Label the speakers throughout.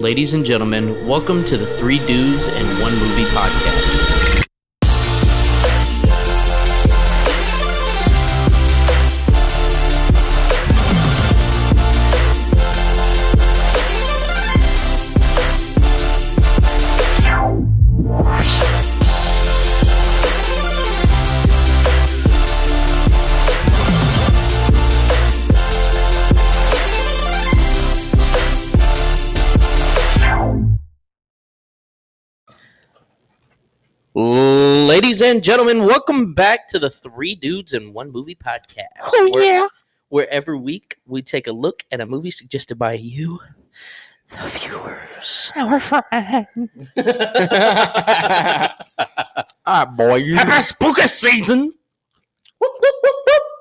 Speaker 1: ladies and gentlemen, welcome to the Three Dudes and One Movie podcast. Ladies and gentlemen, welcome back to the Three Dudes and One Movie podcast.
Speaker 2: Oh,
Speaker 1: where, Where every week we take a look at a movie suggested by you, the viewers.
Speaker 2: Our friends. Ah, boy.
Speaker 1: spooky season!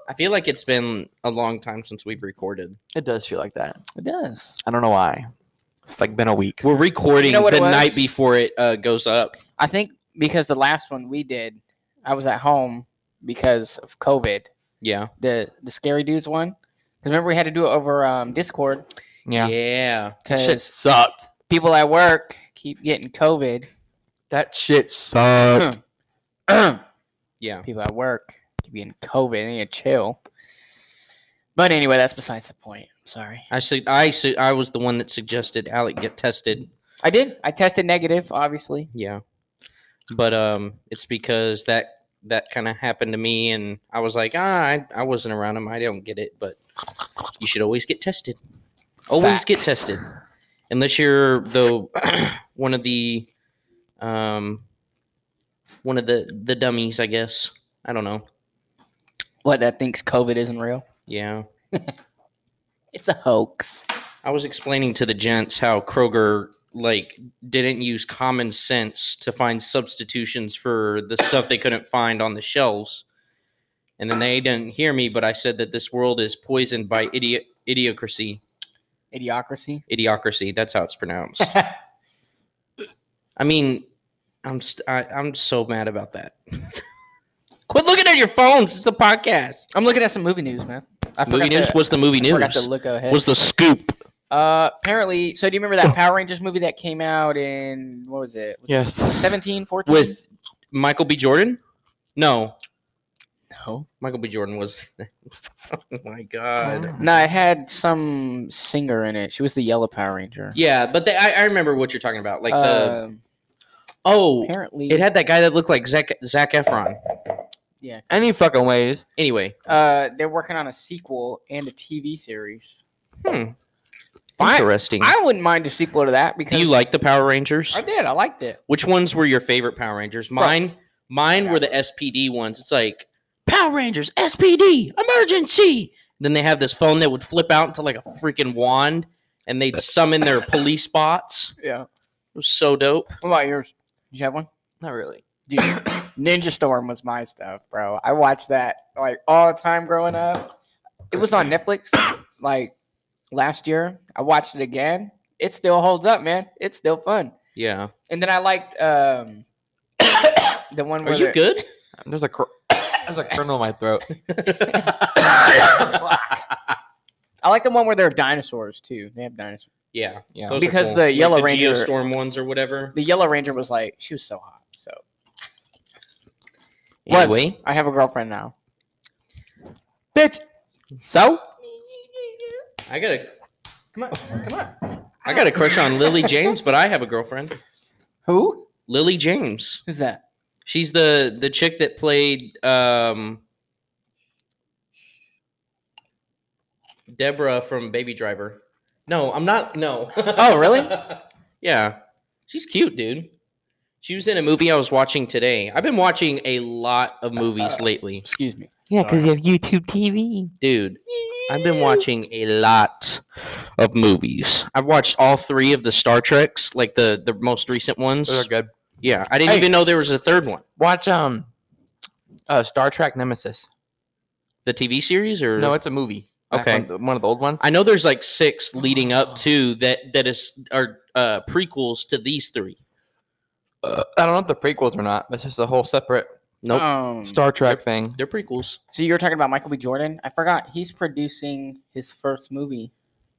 Speaker 1: I feel like it's been a long time since we've recorded.
Speaker 2: It does feel like that.
Speaker 1: It does.
Speaker 2: I don't know why. It's like been a week.
Speaker 1: We're recording
Speaker 3: You know what
Speaker 1: the
Speaker 3: it was?
Speaker 1: night before it uh, goes up.
Speaker 3: I think because the last one we did, I was at home because of COVID.
Speaker 1: Yeah.
Speaker 3: The the scary dudes one. Because remember we had to do it over um, Discord
Speaker 1: Yeah.
Speaker 2: Shit
Speaker 3: because
Speaker 2: sucked.
Speaker 3: people at work keep getting COVID.
Speaker 2: That shit sucked.
Speaker 3: people
Speaker 1: Yeah.
Speaker 3: at work keep getting COVID. I need to chill. But anyway, that's besides the point. I'm sorry.
Speaker 1: I su- I su- I was the one that suggested Alec get tested.
Speaker 3: I did. I tested negative, obviously.
Speaker 1: Yeah. But um it's because that that kind of happened to me and I was like, "Ah, I, I wasn't around him. I don't get it, but you should always get tested. Always get
Speaker 3: Facts.
Speaker 1: tested. Unless you're the one of the um one of the the dummies, I guess. I don't know.
Speaker 3: What that thinks COVID isn't real?
Speaker 1: Yeah.
Speaker 3: It's a hoax.
Speaker 1: I was explaining to the gents how Kroger like didn't use common sense to find substitutions for the stuff they couldn't find on the shelves. And then they didn't hear me, but I said that this world is poisoned by idiot idiocracy.
Speaker 3: Idiocracy.
Speaker 1: Idiocracy, that's how it's pronounced. I mean, I'm st- I, I'm so mad about that. Quit looking at your phones. It's a podcast.
Speaker 3: I'm looking at some movie news, man. I forgot
Speaker 1: movie news?
Speaker 3: to-
Speaker 1: What's the movie
Speaker 3: I forgot to
Speaker 1: news?
Speaker 3: look ahead.
Speaker 1: What's the scoop?
Speaker 3: Uh, apparently, so do you remember that Power Rangers movie that came out in what was it? Was it
Speaker 2: Yes.
Speaker 3: 17, 14?
Speaker 1: With Michael B. Jordan? No,
Speaker 3: no,
Speaker 1: Michael B. Jordan was. oh my god.
Speaker 3: no, it had some singer in it. She was the Yellow Power Ranger.
Speaker 1: Yeah, but they, I, I remember what you're talking about. Like the
Speaker 3: Um,
Speaker 1: oh,
Speaker 3: apparently,
Speaker 1: it had that guy that looked like Zach Zach Efron.
Speaker 3: yeah.
Speaker 2: Any fucking ways.
Speaker 1: Anyway,
Speaker 3: Uh, they're working on a sequel and a TV series.
Speaker 1: hmm.
Speaker 3: I-
Speaker 1: interesting.
Speaker 3: I wouldn't mind a sequel to that
Speaker 1: Do
Speaker 3: because
Speaker 1: Mm. you like the Power Rangers?
Speaker 3: I did. I liked it.
Speaker 1: Which ones were your favorite Power Rangers? Mine, mine were the SPD ones. It's like Power Rangers SPD emergency. Then they have this phone that would flip out into like a freaking wand, and they'd summon their police bots.
Speaker 3: Yeah.
Speaker 1: It was so dope.
Speaker 3: What about yours? Did you have one?
Speaker 2: Not really.
Speaker 3: Dude, Ninja Storm was my stuff, bro. I watched that like all the time growing up. It was on Netflix like last year. I watched it again. It still holds up, man. It's still fun.
Speaker 1: Yeah.
Speaker 3: And then I liked um the one where
Speaker 1: Are you
Speaker 3: the-
Speaker 1: good?
Speaker 2: There's a cr- there's a kernel in my throat.
Speaker 3: I like the one where there are dinosaurs too. They have dinosaurs.
Speaker 1: yeah.
Speaker 2: Yeah.
Speaker 1: Those are
Speaker 3: Because the Yellow Ranger-
Speaker 1: Geostorm ones or whatever.
Speaker 3: The Yellow Ranger was like she was so hot. So What?
Speaker 1: Anyway,
Speaker 3: I have a girlfriend now.
Speaker 2: Bitch. So?
Speaker 1: I got a
Speaker 3: Come on, come on.
Speaker 1: I got a crush on Lily James, but I have a girlfriend,
Speaker 3: Who?
Speaker 1: Lily James.
Speaker 3: Who's that?
Speaker 1: She's the the chick that played um Deborah from Baby Driver. No, I'm not. No.
Speaker 3: Oh, really?
Speaker 1: yeah. She's cute, dude. She was in a movie I was watching today. I've been watching a lot of movies lately,
Speaker 3: Excuse me.
Speaker 2: Yeah,
Speaker 1: 'cause
Speaker 2: you have YouTube TV.
Speaker 1: dude. I've been watching a lot of movies. I've watched all three of the Star Treks, like the the most recent ones.
Speaker 2: Those are good.
Speaker 1: Yeah, I didn't
Speaker 2: Hey.
Speaker 1: even know there was a third one.
Speaker 2: Watch um uh Star Trek Nemesis.
Speaker 1: The TV series, or
Speaker 2: No, it's a movie. Back
Speaker 1: Okay.
Speaker 2: One, one of the old ones.
Speaker 1: I know there's like six leading
Speaker 3: Oh.
Speaker 1: up to that that is are uh, prequels to these three.
Speaker 2: uh, I don't know if the prequels or not. That's just a whole separate
Speaker 1: Nope,
Speaker 3: Um,
Speaker 2: Star Trek thing.
Speaker 1: they're prequels.
Speaker 3: So you were talking about Michael B. Jordan. I forgot he's producing his first movie.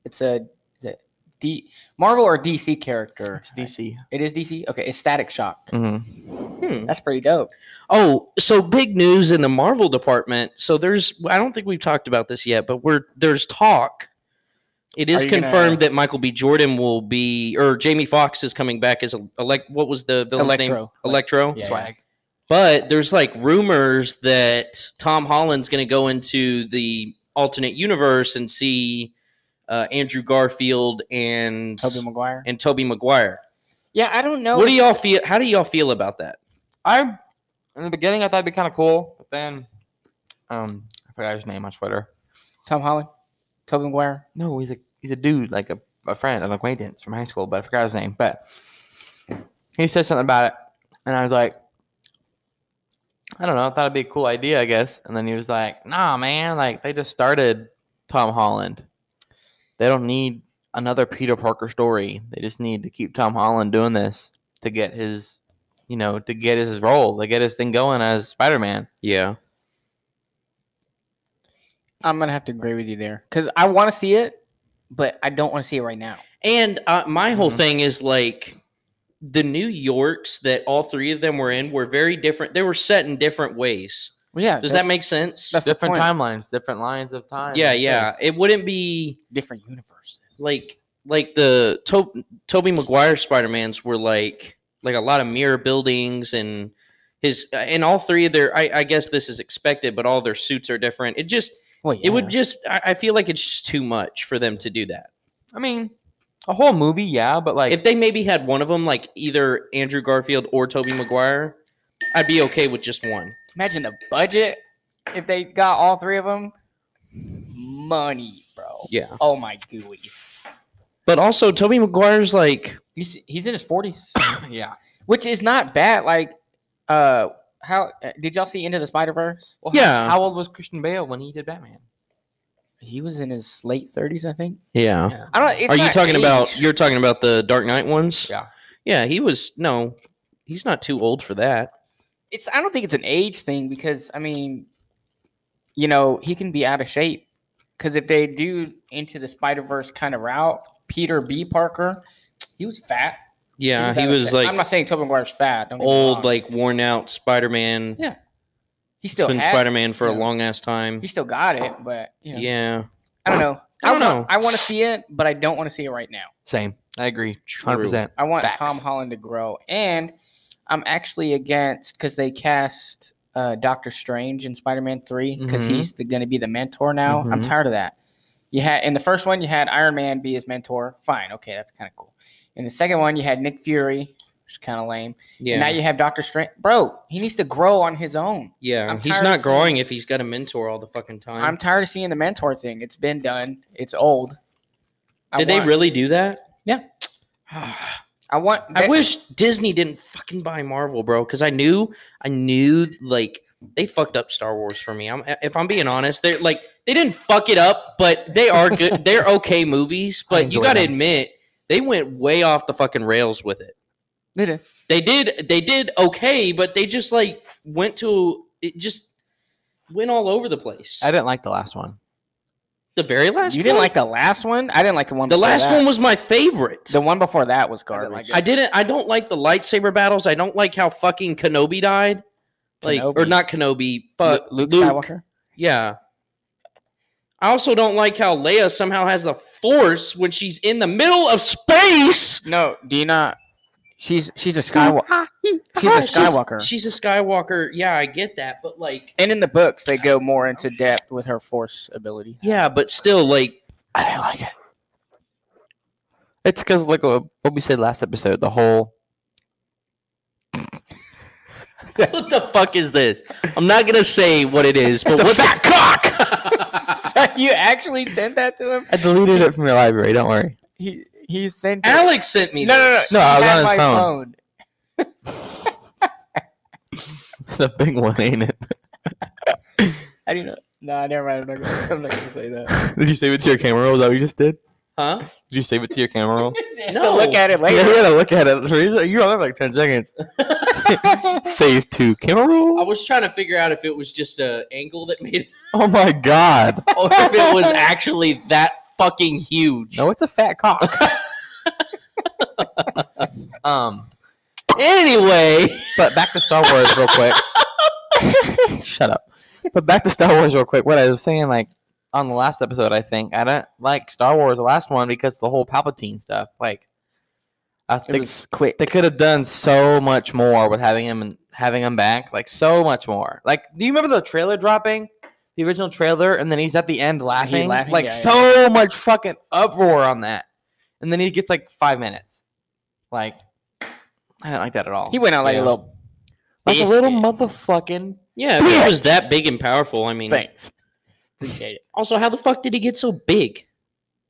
Speaker 3: It's a is it D Marvel or DC character?
Speaker 2: It's DC.
Speaker 3: It is DC. Okay, it's Static Shock.
Speaker 2: Mm-hmm.
Speaker 1: Hmm.
Speaker 3: That's pretty dope.
Speaker 1: Oh, so big news in the Marvel department. So there's I don't think we've talked about this yet, but we're there's talk. It is
Speaker 3: Are you gonna-
Speaker 1: confirmed that Michael B. Jordan will be or Jamie Foxx is coming back as a elect what was the villain's name?
Speaker 3: Electro.
Speaker 1: Electro.
Speaker 3: Yeah,
Speaker 2: Swag.
Speaker 1: But there's like rumors that Tom Holland's going to go into the alternate universe and see uh, Andrew Garfield and
Speaker 3: Toby Maguire.
Speaker 1: and Toby Maguire.
Speaker 3: Yeah, I don't know.
Speaker 1: What do y'all feel? How do y'all feel about that?
Speaker 2: I in the beginning I thought it'd be kind of cool, but then um I forgot his name on Twitter.
Speaker 3: Tom Holland, Toby Maguire.
Speaker 2: No, he's a he's a dude like a, a friend, an acquaintance from high school, but I forgot his name. But he said something about it, and I was like, I don't know. I thought it'd be a cool idea, I guess. And then he was like, Nah, man, like they just started Tom Holland. They don't need another Peter Parker story. They just need to keep Tom Holland doing this to get his, you know, to get his role, to get his thing going as Spider Man.
Speaker 1: Yeah,
Speaker 3: I'm gonna have to agree with you there because I want to see it, but I don't want to see it right now.
Speaker 1: and uh, my whole
Speaker 3: Mm-hmm.
Speaker 2: Mhm.
Speaker 1: thing is like the New Yorks that all three of them were in were very different. They were set in different ways.
Speaker 3: Well, yeah,
Speaker 1: Does that
Speaker 3: that's
Speaker 1: make sense?
Speaker 3: that's- the
Speaker 2: Different
Speaker 3: point.
Speaker 2: timelines, different lines of time.
Speaker 1: Yeah,
Speaker 2: and
Speaker 1: yeah.
Speaker 2: things.
Speaker 1: It wouldn't be
Speaker 3: different universes?
Speaker 1: like like the to- Toby Maguire Spider Mans were like like a lot of mirror buildings and his uh, and all three of their I, I guess this is expected, but all their suits are different. It just
Speaker 3: Well,
Speaker 1: it would
Speaker 3: yeah.
Speaker 1: just I, I feel like it's just too much for them to do that.
Speaker 2: I mean, a whole movie, yeah, but like
Speaker 1: if they maybe had one of them like either Andrew Garfield or Toby Maguire, I'd be okay with just one.
Speaker 3: imagine the budget if they got all three of them. Money, bro.
Speaker 1: Yeah.
Speaker 3: Oh my gooey.
Speaker 1: But also Toby Maguire's like
Speaker 3: He's he's in his forties,
Speaker 2: yeah.
Speaker 3: which is not bad. Like, uh, how uh, did y'all see Into the Spider Verse?
Speaker 2: Well,
Speaker 1: Yeah.
Speaker 2: How, how old was Christian Bale when he did Batman?
Speaker 3: He was in his late thirties, I think.
Speaker 1: Yeah.
Speaker 2: Yeah.
Speaker 3: I don't. It's
Speaker 1: Are you
Speaker 3: not
Speaker 1: talking about
Speaker 3: age.
Speaker 1: you're talking about the Dark Knight ones?
Speaker 2: Yeah.
Speaker 1: Yeah, he was no, he's not too old for that.
Speaker 3: It's. I don't think it's an age thing because I mean, you know, he can be out of shape because if they do Into the Spider Verse kind of route, Peter B. Parker, he was fat.
Speaker 1: Yeah,
Speaker 3: out
Speaker 1: he
Speaker 3: of
Speaker 1: was
Speaker 3: shape. I'm
Speaker 1: like
Speaker 3: not saying Tobey Maguire's fat. Don't get me
Speaker 1: old,
Speaker 3: wrong.
Speaker 1: like worn out Spider Man.
Speaker 3: Yeah, he still
Speaker 1: been
Speaker 3: had.
Speaker 1: Spider Man for a
Speaker 3: yeah.
Speaker 1: long ass time.
Speaker 3: He still got it, but you
Speaker 1: Yeah.
Speaker 3: know, I don't know.
Speaker 1: I don't
Speaker 3: want-
Speaker 1: know.
Speaker 3: I want to see it, but I don't want to see it right now.
Speaker 2: Same. I agree.
Speaker 1: True.
Speaker 2: Hundred percent.
Speaker 3: I want
Speaker 2: Facts.
Speaker 3: Tom Holland to grow, and I'm actually against because they cast uh, Doctor Strange in Spider-Man Three because
Speaker 1: Mhm.
Speaker 3: he's going to be the mentor now. I'm
Speaker 1: Mm-hmm.
Speaker 2: Mhm.
Speaker 3: tired of that. You had in the first one, you had Iron Man be his mentor. Fine, okay, that's kind of cool. In the second one, you had Nick Fury, which is kind of lame.
Speaker 1: Yeah.
Speaker 3: And now you have Doctor Strange, bro. He needs to grow on his own.
Speaker 1: yeah.
Speaker 3: I'm
Speaker 1: he's
Speaker 3: tired
Speaker 1: not
Speaker 3: of
Speaker 1: growing if he's got a mentor all the fucking time.
Speaker 3: I'm tired of seeing the mentor thing. It's been done. It's old. I
Speaker 1: Did
Speaker 3: want-
Speaker 1: they really do that?
Speaker 3: Yeah. I want.
Speaker 1: I wish Disney didn't fucking buy Marvel, bro, because I knew I knew like they fucked up Star Wars for me. I'm if I'm being honest, they're like they didn't fuck it up, but they are good. they're okay movies, but you
Speaker 2: enjoy
Speaker 1: gotta
Speaker 2: them.
Speaker 1: admit they went way off the fucking rails with it.
Speaker 3: Did it.
Speaker 1: They did they did okay, but they just like went to it just went all over the place.
Speaker 2: I didn't like the last one.
Speaker 1: the very last
Speaker 3: You didn't
Speaker 1: one?
Speaker 3: like the last one? I didn't like the one.
Speaker 1: the
Speaker 3: before
Speaker 1: last
Speaker 3: that.
Speaker 1: one was my favorite.
Speaker 3: The one before that was
Speaker 2: I didn't
Speaker 3: garbage.
Speaker 2: like
Speaker 1: I didn't. I don't like the lightsaber battles. I don't like how fucking Kenobi died, like or
Speaker 3: Kenobi.
Speaker 1: not Kenobi,
Speaker 3: Lu-
Speaker 1: but
Speaker 3: Luke,
Speaker 1: Luke.
Speaker 3: Skywalker.
Speaker 1: Yeah. I also don't like how Leia somehow has the Force when she's in the middle of space.
Speaker 3: No, do you not? She's she's a Skywalker. she's a
Speaker 1: Oh,
Speaker 3: Skywalker.
Speaker 1: She's, a Skywalker. Yeah, I get that, but like,
Speaker 3: and in the books, they go more into depth with her Force ability.
Speaker 1: yeah, but still, like,
Speaker 2: I didn't like it. It's because like what what we said last episode, the whole
Speaker 1: what the fuck is this? I'm not gonna say what it is, but what that cock?
Speaker 3: so you actually sent that to him?
Speaker 2: I deleted it from your library, don't worry.
Speaker 3: He he sent. it.
Speaker 1: Alex sent me.
Speaker 3: No, no, no,
Speaker 1: this.
Speaker 2: No, I
Speaker 3: he
Speaker 2: was
Speaker 3: had
Speaker 2: on his
Speaker 3: my
Speaker 2: phone. It's a big one, ain't it?
Speaker 3: I do not. Nah, never mind. I'm not gonna, I'm not gonna say that.
Speaker 2: Did you save it to your camera roll? Is that what you just did?
Speaker 1: Huh?
Speaker 2: Did you save it to your camera roll?
Speaker 1: No.
Speaker 3: To look at it
Speaker 2: yeah,
Speaker 3: later.
Speaker 2: you gotta look at it. Teresa, You only have like ten seconds. Save to camera
Speaker 1: I
Speaker 2: roll?
Speaker 1: was trying to figure out if it was just a angle that made
Speaker 2: Oh my god.
Speaker 1: or if it was actually that fucking huge.
Speaker 2: No, it's a fat cock. Um. Anyway, but back to Star Wars real quick. Shut up. But back to Star Wars real quick. What I was saying, like on the last episode, I think I don't like Star Wars, the last one, because the whole Palpatine stuff. Like, I
Speaker 3: It
Speaker 2: think
Speaker 3: was quick.
Speaker 2: they could have done so much more with having him and having him back. Like, so much more. Like, do you remember the trailer dropping? The original trailer, and then he's at the end laughing.
Speaker 3: laughing,
Speaker 2: like,
Speaker 3: yeah, yeah.
Speaker 2: so much fucking uproar on that. And then he gets like five minutes. Like, I didn't like that at all.
Speaker 3: He went out like
Speaker 1: Yeah.
Speaker 3: a little
Speaker 2: like a little
Speaker 3: biscuit.
Speaker 2: motherfucking
Speaker 1: Yeah, if he was that big and powerful, I mean,
Speaker 3: Thanks. Appreciate it.
Speaker 1: also, how the fuck did he get so big?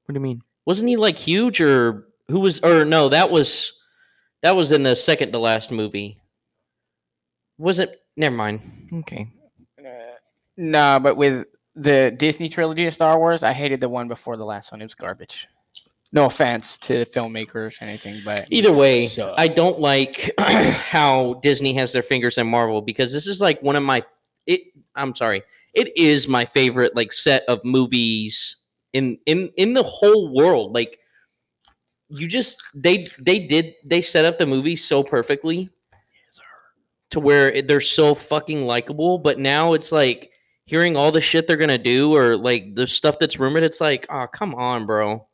Speaker 2: What do you mean?
Speaker 1: Wasn't he like huge or who was or no, that was that was in the second to last movie. Was it never mind.
Speaker 2: Okay.
Speaker 3: Uh, No, but with the Disney trilogy of Star Wars, I hated the one before the last one. It was garbage. No offense to the filmmakers or anything, but
Speaker 1: Either way,
Speaker 3: Sucked.
Speaker 1: I don't like how Disney has their fingers in Marvel because this is like one of my it I'm sorry. It is my favorite like set of movies in in in the whole world. Like you just they they did they set up the movie so perfectly to where it, they're so fucking likable, but now it's like hearing all the shit they're going to do or like the stuff that's rumored it's like, "Oh, come on, bro."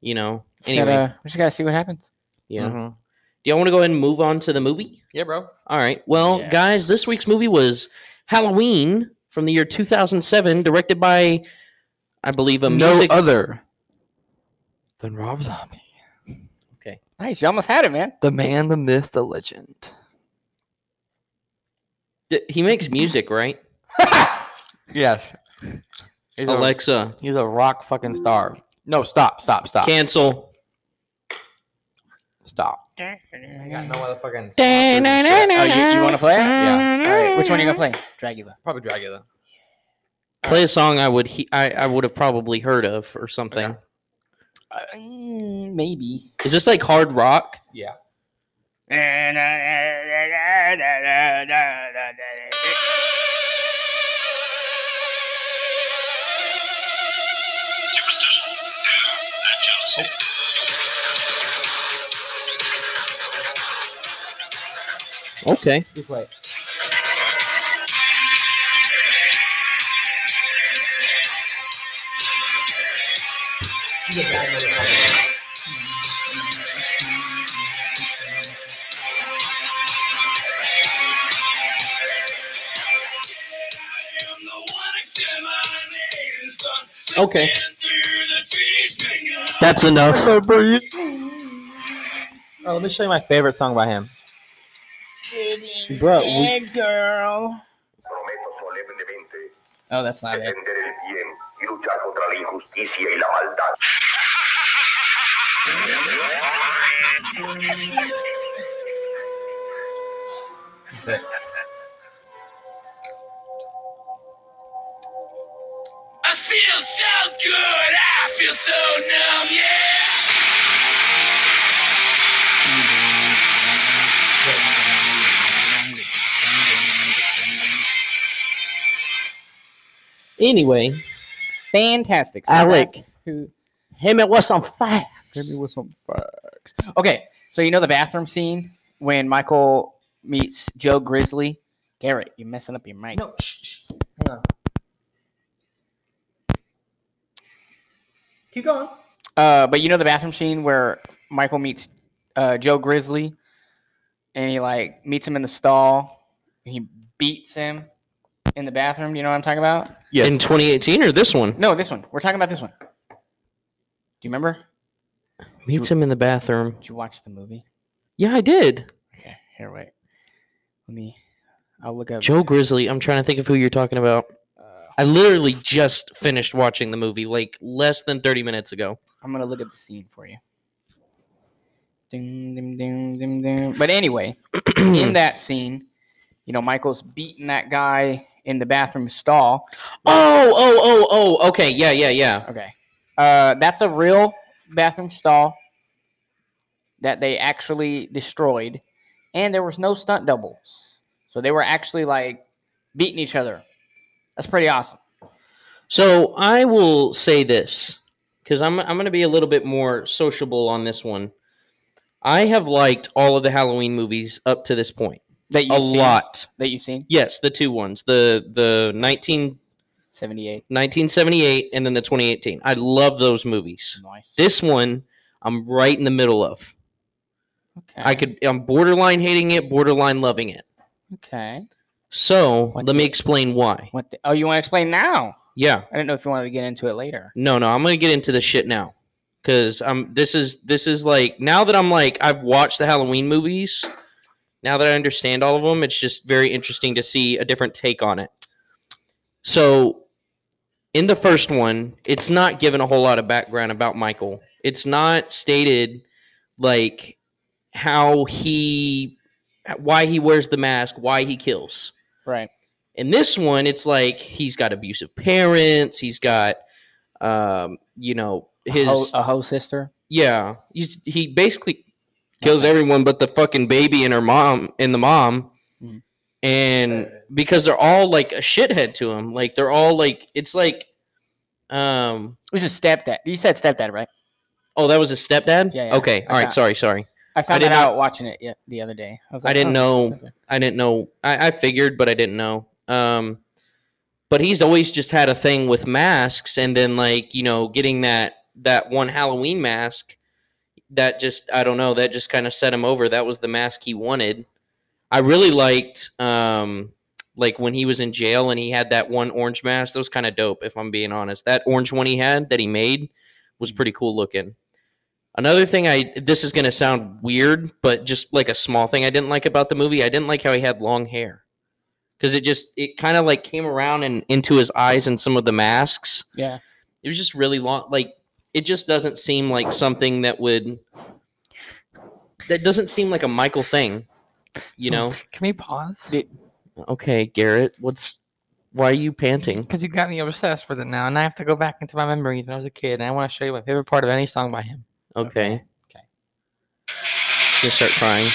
Speaker 1: You know.
Speaker 3: just
Speaker 1: Anyway,
Speaker 3: gotta, we just gotta see what happens.
Speaker 1: yeah.
Speaker 2: mm-hmm.
Speaker 1: Do y'all want to go ahead and move on to the movie?
Speaker 2: Yeah, bro.
Speaker 1: All right. Well,
Speaker 3: Yeah.
Speaker 1: guys, this week's movie was Halloween from the year 2007, directed by, I believe, a
Speaker 2: no
Speaker 1: music.
Speaker 2: other than Rob Zombie,
Speaker 3: Nice, you almost had it, man.
Speaker 2: the man, the myth, the legend.
Speaker 1: Th- he makes music, right?
Speaker 2: Yes. He's a,
Speaker 1: Alexa,
Speaker 2: he's a rock fucking star. No, stop, stop, stop,
Speaker 1: cancel.
Speaker 2: stop. I got no other fucking.
Speaker 3: Oh, you, you want to play it?
Speaker 2: Yeah.
Speaker 3: All right, which one are you gonna play? Dragula.
Speaker 2: Probably Dracula.
Speaker 1: Play a song I would he- I, I would have probably heard of or something.
Speaker 2: Okay.
Speaker 3: Uh, mm, maybe.
Speaker 1: Is this like hard rock?
Speaker 2: Yeah.
Speaker 1: Okay.
Speaker 2: Just wait.
Speaker 1: Okay.
Speaker 4: Okay.
Speaker 1: That's enough.
Speaker 2: Oh, let me show you my favorite song by him.
Speaker 3: Bro, we-
Speaker 4: Hey, girl.
Speaker 5: Prometo solemnemente
Speaker 3: oh, that's not it.
Speaker 5: defender el bien y luchar contra la injusticia y la maldad.
Speaker 4: I feel so good. I feel so numb. Yeah.
Speaker 1: Anyway,
Speaker 3: Fantastic. So
Speaker 1: Alec.
Speaker 3: that's Who?
Speaker 1: him it was on fire.
Speaker 3: Okay, so you know the bathroom scene when Michael meets Joe Grizzly? Garrett, you're messing up your mic.
Speaker 2: No. Hang on. Keep going.
Speaker 3: Uh, but you know the bathroom scene where Michael meets uh, Joe Grizzly, and he like meets him in the stall. and He beats him in the bathroom. You know what I'm talking about?
Speaker 2: Yes.
Speaker 1: In 2018 or this one?
Speaker 3: No, this one. We're talking about this one. Do you remember?
Speaker 1: Meets him in the bathroom.
Speaker 3: Did you watch the movie?
Speaker 1: Yeah, I did.
Speaker 3: Okay, here, wait. Let me. I'll look up.
Speaker 1: Joe Grizzly. I'm trying to think of who you're talking about.
Speaker 3: Uh,
Speaker 1: I literally just finished watching the movie like less than 30 minutes ago.
Speaker 3: I'm gonna look at the scene for you. Ding, ding, ding, ding, ding. But anyway, in
Speaker 1: Hmm.
Speaker 3: that scene, you know, Michael's beating that guy in the bathroom stall.
Speaker 1: Oh, oh, oh, oh. Okay. Yeah, yeah, yeah.
Speaker 3: Okay, uh, that's a real bathroom stall that they actually destroyed, and there was no stunt doubles, so they were actually like beating each other. That's pretty awesome.
Speaker 1: So I will say this because I'm, I'm going to be a little bit more sociable on this one. I have liked all of the Halloween movies up to this point.
Speaker 3: that you've
Speaker 1: a
Speaker 3: seen,
Speaker 1: lot.
Speaker 3: that you've seen.
Speaker 1: Yes, the two ones. The the 19,
Speaker 3: Seventy eight.
Speaker 1: 1978 and then the 2018. I love those movies.
Speaker 3: Nice.
Speaker 1: This one I'm right in the middle of.
Speaker 3: okay.
Speaker 1: I could I'm borderline hating it, borderline loving it.
Speaker 3: okay.
Speaker 1: So,
Speaker 3: What
Speaker 1: let me
Speaker 3: the-
Speaker 1: explain why.
Speaker 3: What? The, oh, you want to explain now?
Speaker 1: Yeah.
Speaker 3: I didn't know if you wanted to get into it later.
Speaker 1: No, no, I'm gonna get into this shit now. Cause I'm this is this is like now that I'm like I've watched the Halloween movies, now that I understand all of them, it's just very interesting to see a different take on it. So in the first one, it's not given a whole lot of background about Michael. It's not stated like how he why he wears the mask, why he kills.
Speaker 3: Right.
Speaker 1: In this one, it's like he's got abusive parents. He's got, um, you know, his
Speaker 3: a, ho- a hoe sister.
Speaker 1: yeah. He's he basically kills everyone but the fucking baby and her mom and the mom,
Speaker 3: Mhm.
Speaker 1: and because they're all like a shithead to him. Like they're all like it's like, um.
Speaker 3: This is stepdad. You said stepdad, right?
Speaker 1: Oh, that was his stepdad.
Speaker 3: Yeah, yeah.
Speaker 1: Okay.
Speaker 3: I
Speaker 1: All right.
Speaker 3: got-
Speaker 1: Sorry. Sorry.
Speaker 3: I found
Speaker 1: did
Speaker 3: that
Speaker 1: not-
Speaker 3: out watching it ye- the other day. I was
Speaker 1: I
Speaker 3: like,
Speaker 1: didn't
Speaker 3: oh,
Speaker 1: know-
Speaker 3: stepdad.
Speaker 1: I didn't know. I, I figured, but I didn't know. Um, but he's always just had a thing with masks, and then like you know, getting that that one Halloween mask that just I don't know that just kind of set him over. That was the mask he wanted. I really liked um, like when he was in jail and he had that one orange mask. That was kind of dope, if I'm being honest. That orange one he had that he made was pretty cool looking. Another thing I this is gonna sound weird, but just like a small thing I didn't like about the movie, I didn't like how he had long hair. Cause it just it kind of like came around and into his eyes and some of the masks.
Speaker 3: Yeah.
Speaker 1: It was just really long like it just doesn't seem like something that would that doesn't seem like a Michael thing. You know?
Speaker 2: Can we pause?
Speaker 1: Okay, Garrett, what's why are you panting?
Speaker 2: Because you got me obsessed with it now, and I have to go back into my memories when I was a kid, and I want to show you my favorite part of any song by him.
Speaker 1: Okay.
Speaker 3: Okay.
Speaker 1: Just start crying.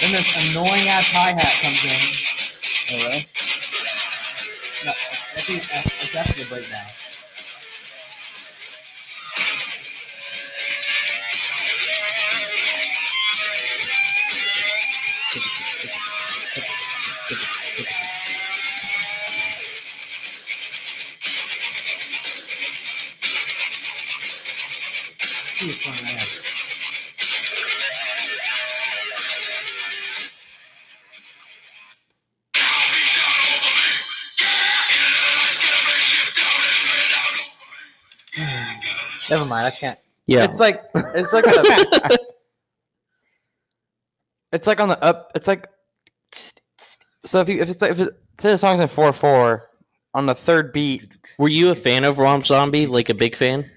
Speaker 2: Then this annoying ass hi hat comes in.
Speaker 3: Oh, really?
Speaker 2: No, I think it's after the breakdown. Never mind, I can't.
Speaker 1: Yeah.
Speaker 2: It's like it's like on the, it's like on the up. It's like so if you if it's like if it, say the song's in four four on the third beat.
Speaker 1: Were you a fan of Rom Zombie? Like a big fan?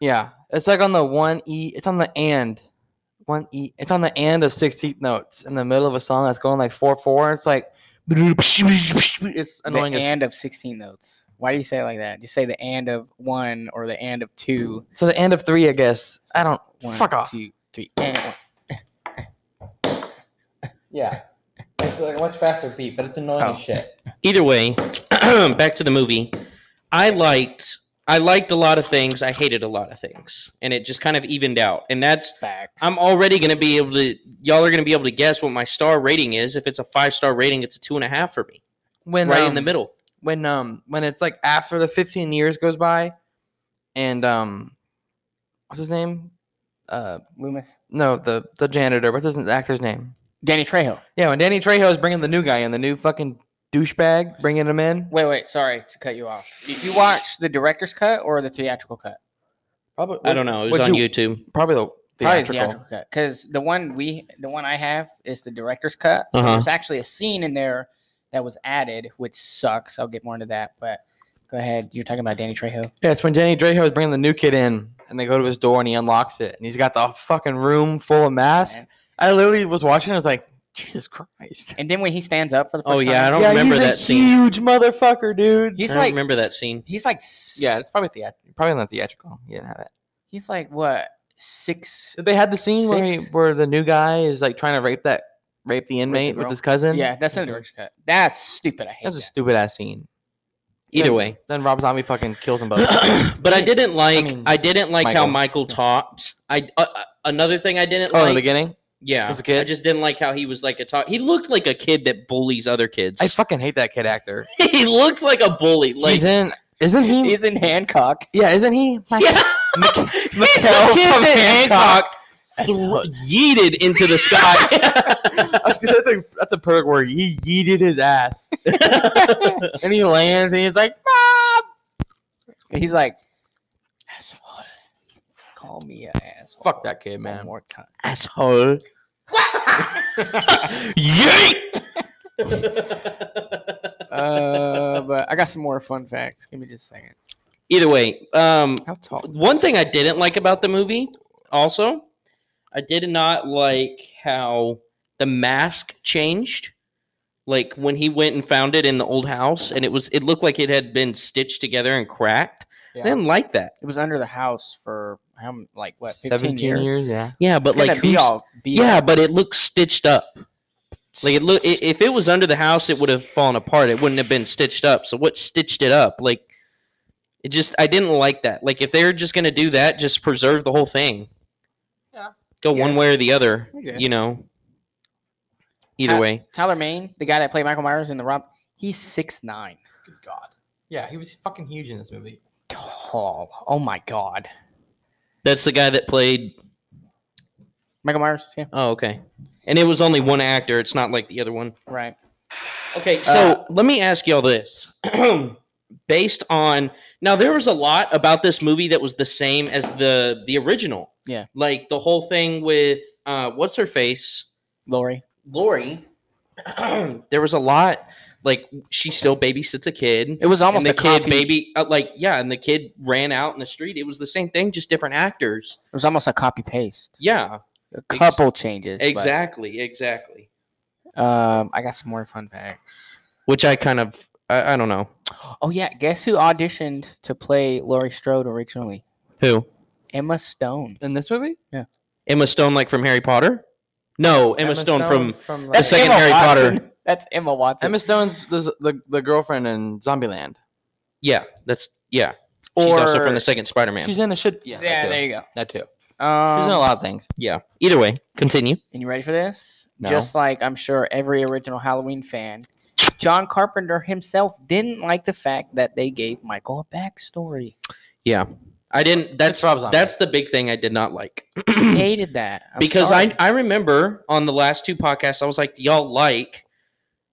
Speaker 2: Yeah, it's like on the one e. It's on the and one e. It's on the and of sixteenth notes in the middle of a song that's going like four four. It's like it's annoying.
Speaker 3: the
Speaker 2: as-
Speaker 3: and of 16 notes. Why do you say it like that? Just say the and of one or the and of two.
Speaker 2: so the end of three, I guess.
Speaker 3: Uh,
Speaker 2: I don't.
Speaker 3: One,
Speaker 2: Fuck off.
Speaker 3: two, three, and one.
Speaker 2: Yeah, it's like a much faster beat, but it's annoying
Speaker 3: as
Speaker 2: shit.
Speaker 1: Either way, back to the movie. I liked I liked a lot of things. I hated a lot of things. And it just kind of evened out. And that's
Speaker 3: Facts.
Speaker 1: I'm already gonna be able to y'all are gonna be able to guess what my star rating is. If it's a five star rating, it's a two and a half for me.
Speaker 2: When
Speaker 1: right in the
Speaker 2: um,
Speaker 1: middle.
Speaker 2: when um when it's like after the 15 years goes by and um what's his name uh
Speaker 3: Loomis.
Speaker 2: no the the janitor what's his actor's name
Speaker 3: Danny Trejo.
Speaker 2: yeah when danny trejo is bringing the new guy in the new fucking douchebag bringing him in
Speaker 3: Wait, wait. Sorry to cut you off. Did you watch the director's cut or the theatrical cut?
Speaker 2: probably
Speaker 1: I don't know. It was
Speaker 2: what'd
Speaker 1: on
Speaker 2: you-
Speaker 1: YouTube.
Speaker 2: probably the
Speaker 3: Probably
Speaker 2: theatrical.
Speaker 3: theatrical cut because the one we the one I have is the director's cut. So
Speaker 1: Uh-huh.
Speaker 3: There's actually a scene in there that was added, which sucks. I'll get more into that, but go ahead. You're talking about Danny Trejo.
Speaker 2: yeah it's when danny trejo is bringing the new kid in and they go to his door and he unlocks it and he's got the fucking room full of masks
Speaker 3: man.
Speaker 2: i literally was watching i was like jesus christ
Speaker 3: And then when he stands up for the first
Speaker 1: Oh, yeah, I
Speaker 3: time,
Speaker 1: don't
Speaker 2: yeah,
Speaker 1: remember
Speaker 2: he's
Speaker 1: that
Speaker 2: a
Speaker 1: scene.
Speaker 2: huge motherfucker dude
Speaker 1: I
Speaker 3: he's
Speaker 1: don't
Speaker 3: like
Speaker 1: remember that
Speaker 3: s-
Speaker 1: scene.
Speaker 3: He's like s-
Speaker 2: yeah it's probably theatrical probably not theatrical you didn't have it
Speaker 3: he's like what six?
Speaker 2: Did They had the scene where, he,
Speaker 3: Six.
Speaker 2: where the new guy is like trying to rape that rape the inmate with
Speaker 3: girl.
Speaker 2: his cousin.
Speaker 3: Yeah, that's in the director's cut. That's stupid. I hate
Speaker 2: That's
Speaker 3: that.
Speaker 2: a stupid ass scene.
Speaker 1: Either way,
Speaker 2: Then Rob Zombie fucking kills them both. Oh,
Speaker 1: but I didn't like I,
Speaker 2: Uh, mean,
Speaker 1: didn't like how
Speaker 2: Michael.
Speaker 1: Michael talked. I uh, uh, another thing I didn't
Speaker 2: oh, in the
Speaker 1: like.
Speaker 2: beginning,
Speaker 1: yeah,
Speaker 2: as a kid?
Speaker 1: I just didn't like how he was like a talk. He looked like a kid that bullies other kids.
Speaker 2: I fucking hate that kid actor.
Speaker 1: he looks like a bully. Like
Speaker 2: He's in, isn't he?
Speaker 3: He's in Hancock.
Speaker 2: yeah, isn't he? Like,
Speaker 1: yeah, he's the
Speaker 2: Mikhail
Speaker 1: kid
Speaker 2: from
Speaker 1: that
Speaker 2: Hancock.
Speaker 1: Hancock yeeted into the sky.
Speaker 2: I was gonna say, that's a- that's a perfect word. He yeeted his ass, and he lands, and he's like, "Ah, "Mom."
Speaker 3: He's like, asshole. Call me an asshole.
Speaker 2: "Fuck that kid,
Speaker 3: one
Speaker 2: man."
Speaker 3: more time.
Speaker 2: Asshole. Yeet.
Speaker 3: Uh, but I got some more fun facts. Give me just a second.
Speaker 1: Either way, um,
Speaker 3: How tall?
Speaker 1: one thing I didn't like about the movie, also, I did not like how the mask changed. Like when he went and found it in the old house, and it was it looked like it had been stitched together and cracked.
Speaker 3: Yeah.
Speaker 1: I didn't like that.
Speaker 3: It was under the house for how m- like what? 15
Speaker 2: Seventeen
Speaker 3: years.
Speaker 2: years. yeah.
Speaker 1: Yeah, but
Speaker 3: It's
Speaker 1: like
Speaker 3: gonna be
Speaker 1: who's-
Speaker 3: all be
Speaker 1: yeah, but it looked stitched up. Like it look i- if it was under the house, it would have fallen apart. It wouldn't have been stitched up. So what stitched it up? Like it just I didn't like that. Like if they're just gonna do that, just preserve the whole thing.
Speaker 3: Yeah.
Speaker 1: Go one
Speaker 3: Yes.
Speaker 1: way or the other.
Speaker 3: Okay.
Speaker 1: You know. Either
Speaker 3: Uh,
Speaker 1: way.
Speaker 3: Tyler Maine, the guy that played Michael Myers in the Rob, he's six nine,
Speaker 2: Good God. Yeah, he was fucking huge in this movie.
Speaker 3: tall. Oh my god,
Speaker 1: That's the guy that played
Speaker 3: Michael Myers. Yeah,
Speaker 1: oh okay. And it was only one actor, it's not like the other one.
Speaker 3: right.
Speaker 1: Okay, so
Speaker 3: Uh,
Speaker 1: let me ask y'all this. Based on now, there was a lot about this movie that was the same as the the original.
Speaker 3: Yeah.
Speaker 1: like the whole thing with uh, what's her face,
Speaker 3: Lori.
Speaker 1: Lori. there was a lot. Like she still babysits a kid.
Speaker 3: It was almost
Speaker 1: and the
Speaker 3: a
Speaker 1: kid
Speaker 3: copy.
Speaker 1: baby, uh, like yeah, and the kid ran out in the street. It was the same thing, just different actors.
Speaker 3: It was almost a copy paste.
Speaker 1: Yeah,
Speaker 3: A couple changes. but,
Speaker 1: exactly, exactly.
Speaker 3: um, I got some more fun facts.
Speaker 1: Which I kind of, I, I don't know
Speaker 3: Oh yeah, guess who auditioned to play Laurie Strode originally?
Speaker 1: who.
Speaker 3: Emma Stone.
Speaker 2: In this movie?
Speaker 1: Emma Stone, like from Harry Potter? No, Emma, Stone, from
Speaker 2: from
Speaker 1: That's
Speaker 2: like,
Speaker 1: second Harry Potter.
Speaker 3: Watson. That's Emma Watson.
Speaker 2: Emma Stone's the, the the girlfriend in Zombieland.
Speaker 1: yeah, that's yeah. She's also from
Speaker 3: Or-
Speaker 1: the second Spider-Man.
Speaker 2: She's in a shit. Yeah, that
Speaker 3: Yeah,
Speaker 2: too.
Speaker 3: there you go.
Speaker 2: That too. She's in a
Speaker 3: Um,
Speaker 2: lot of things.
Speaker 1: Yeah. Either way, continue.
Speaker 3: and you ready for this?
Speaker 2: No.
Speaker 3: Just like I'm sure every original Halloween fan, John Carpenter himself didn't like the fact that they gave Michael a backstory.
Speaker 1: I didn't. That's
Speaker 2: Rob Zombie.
Speaker 1: that's the big thing I did not like
Speaker 3: He hated that I'm
Speaker 1: because
Speaker 3: sorry.
Speaker 1: I I remember on the last two podcasts I was like, Do y'all like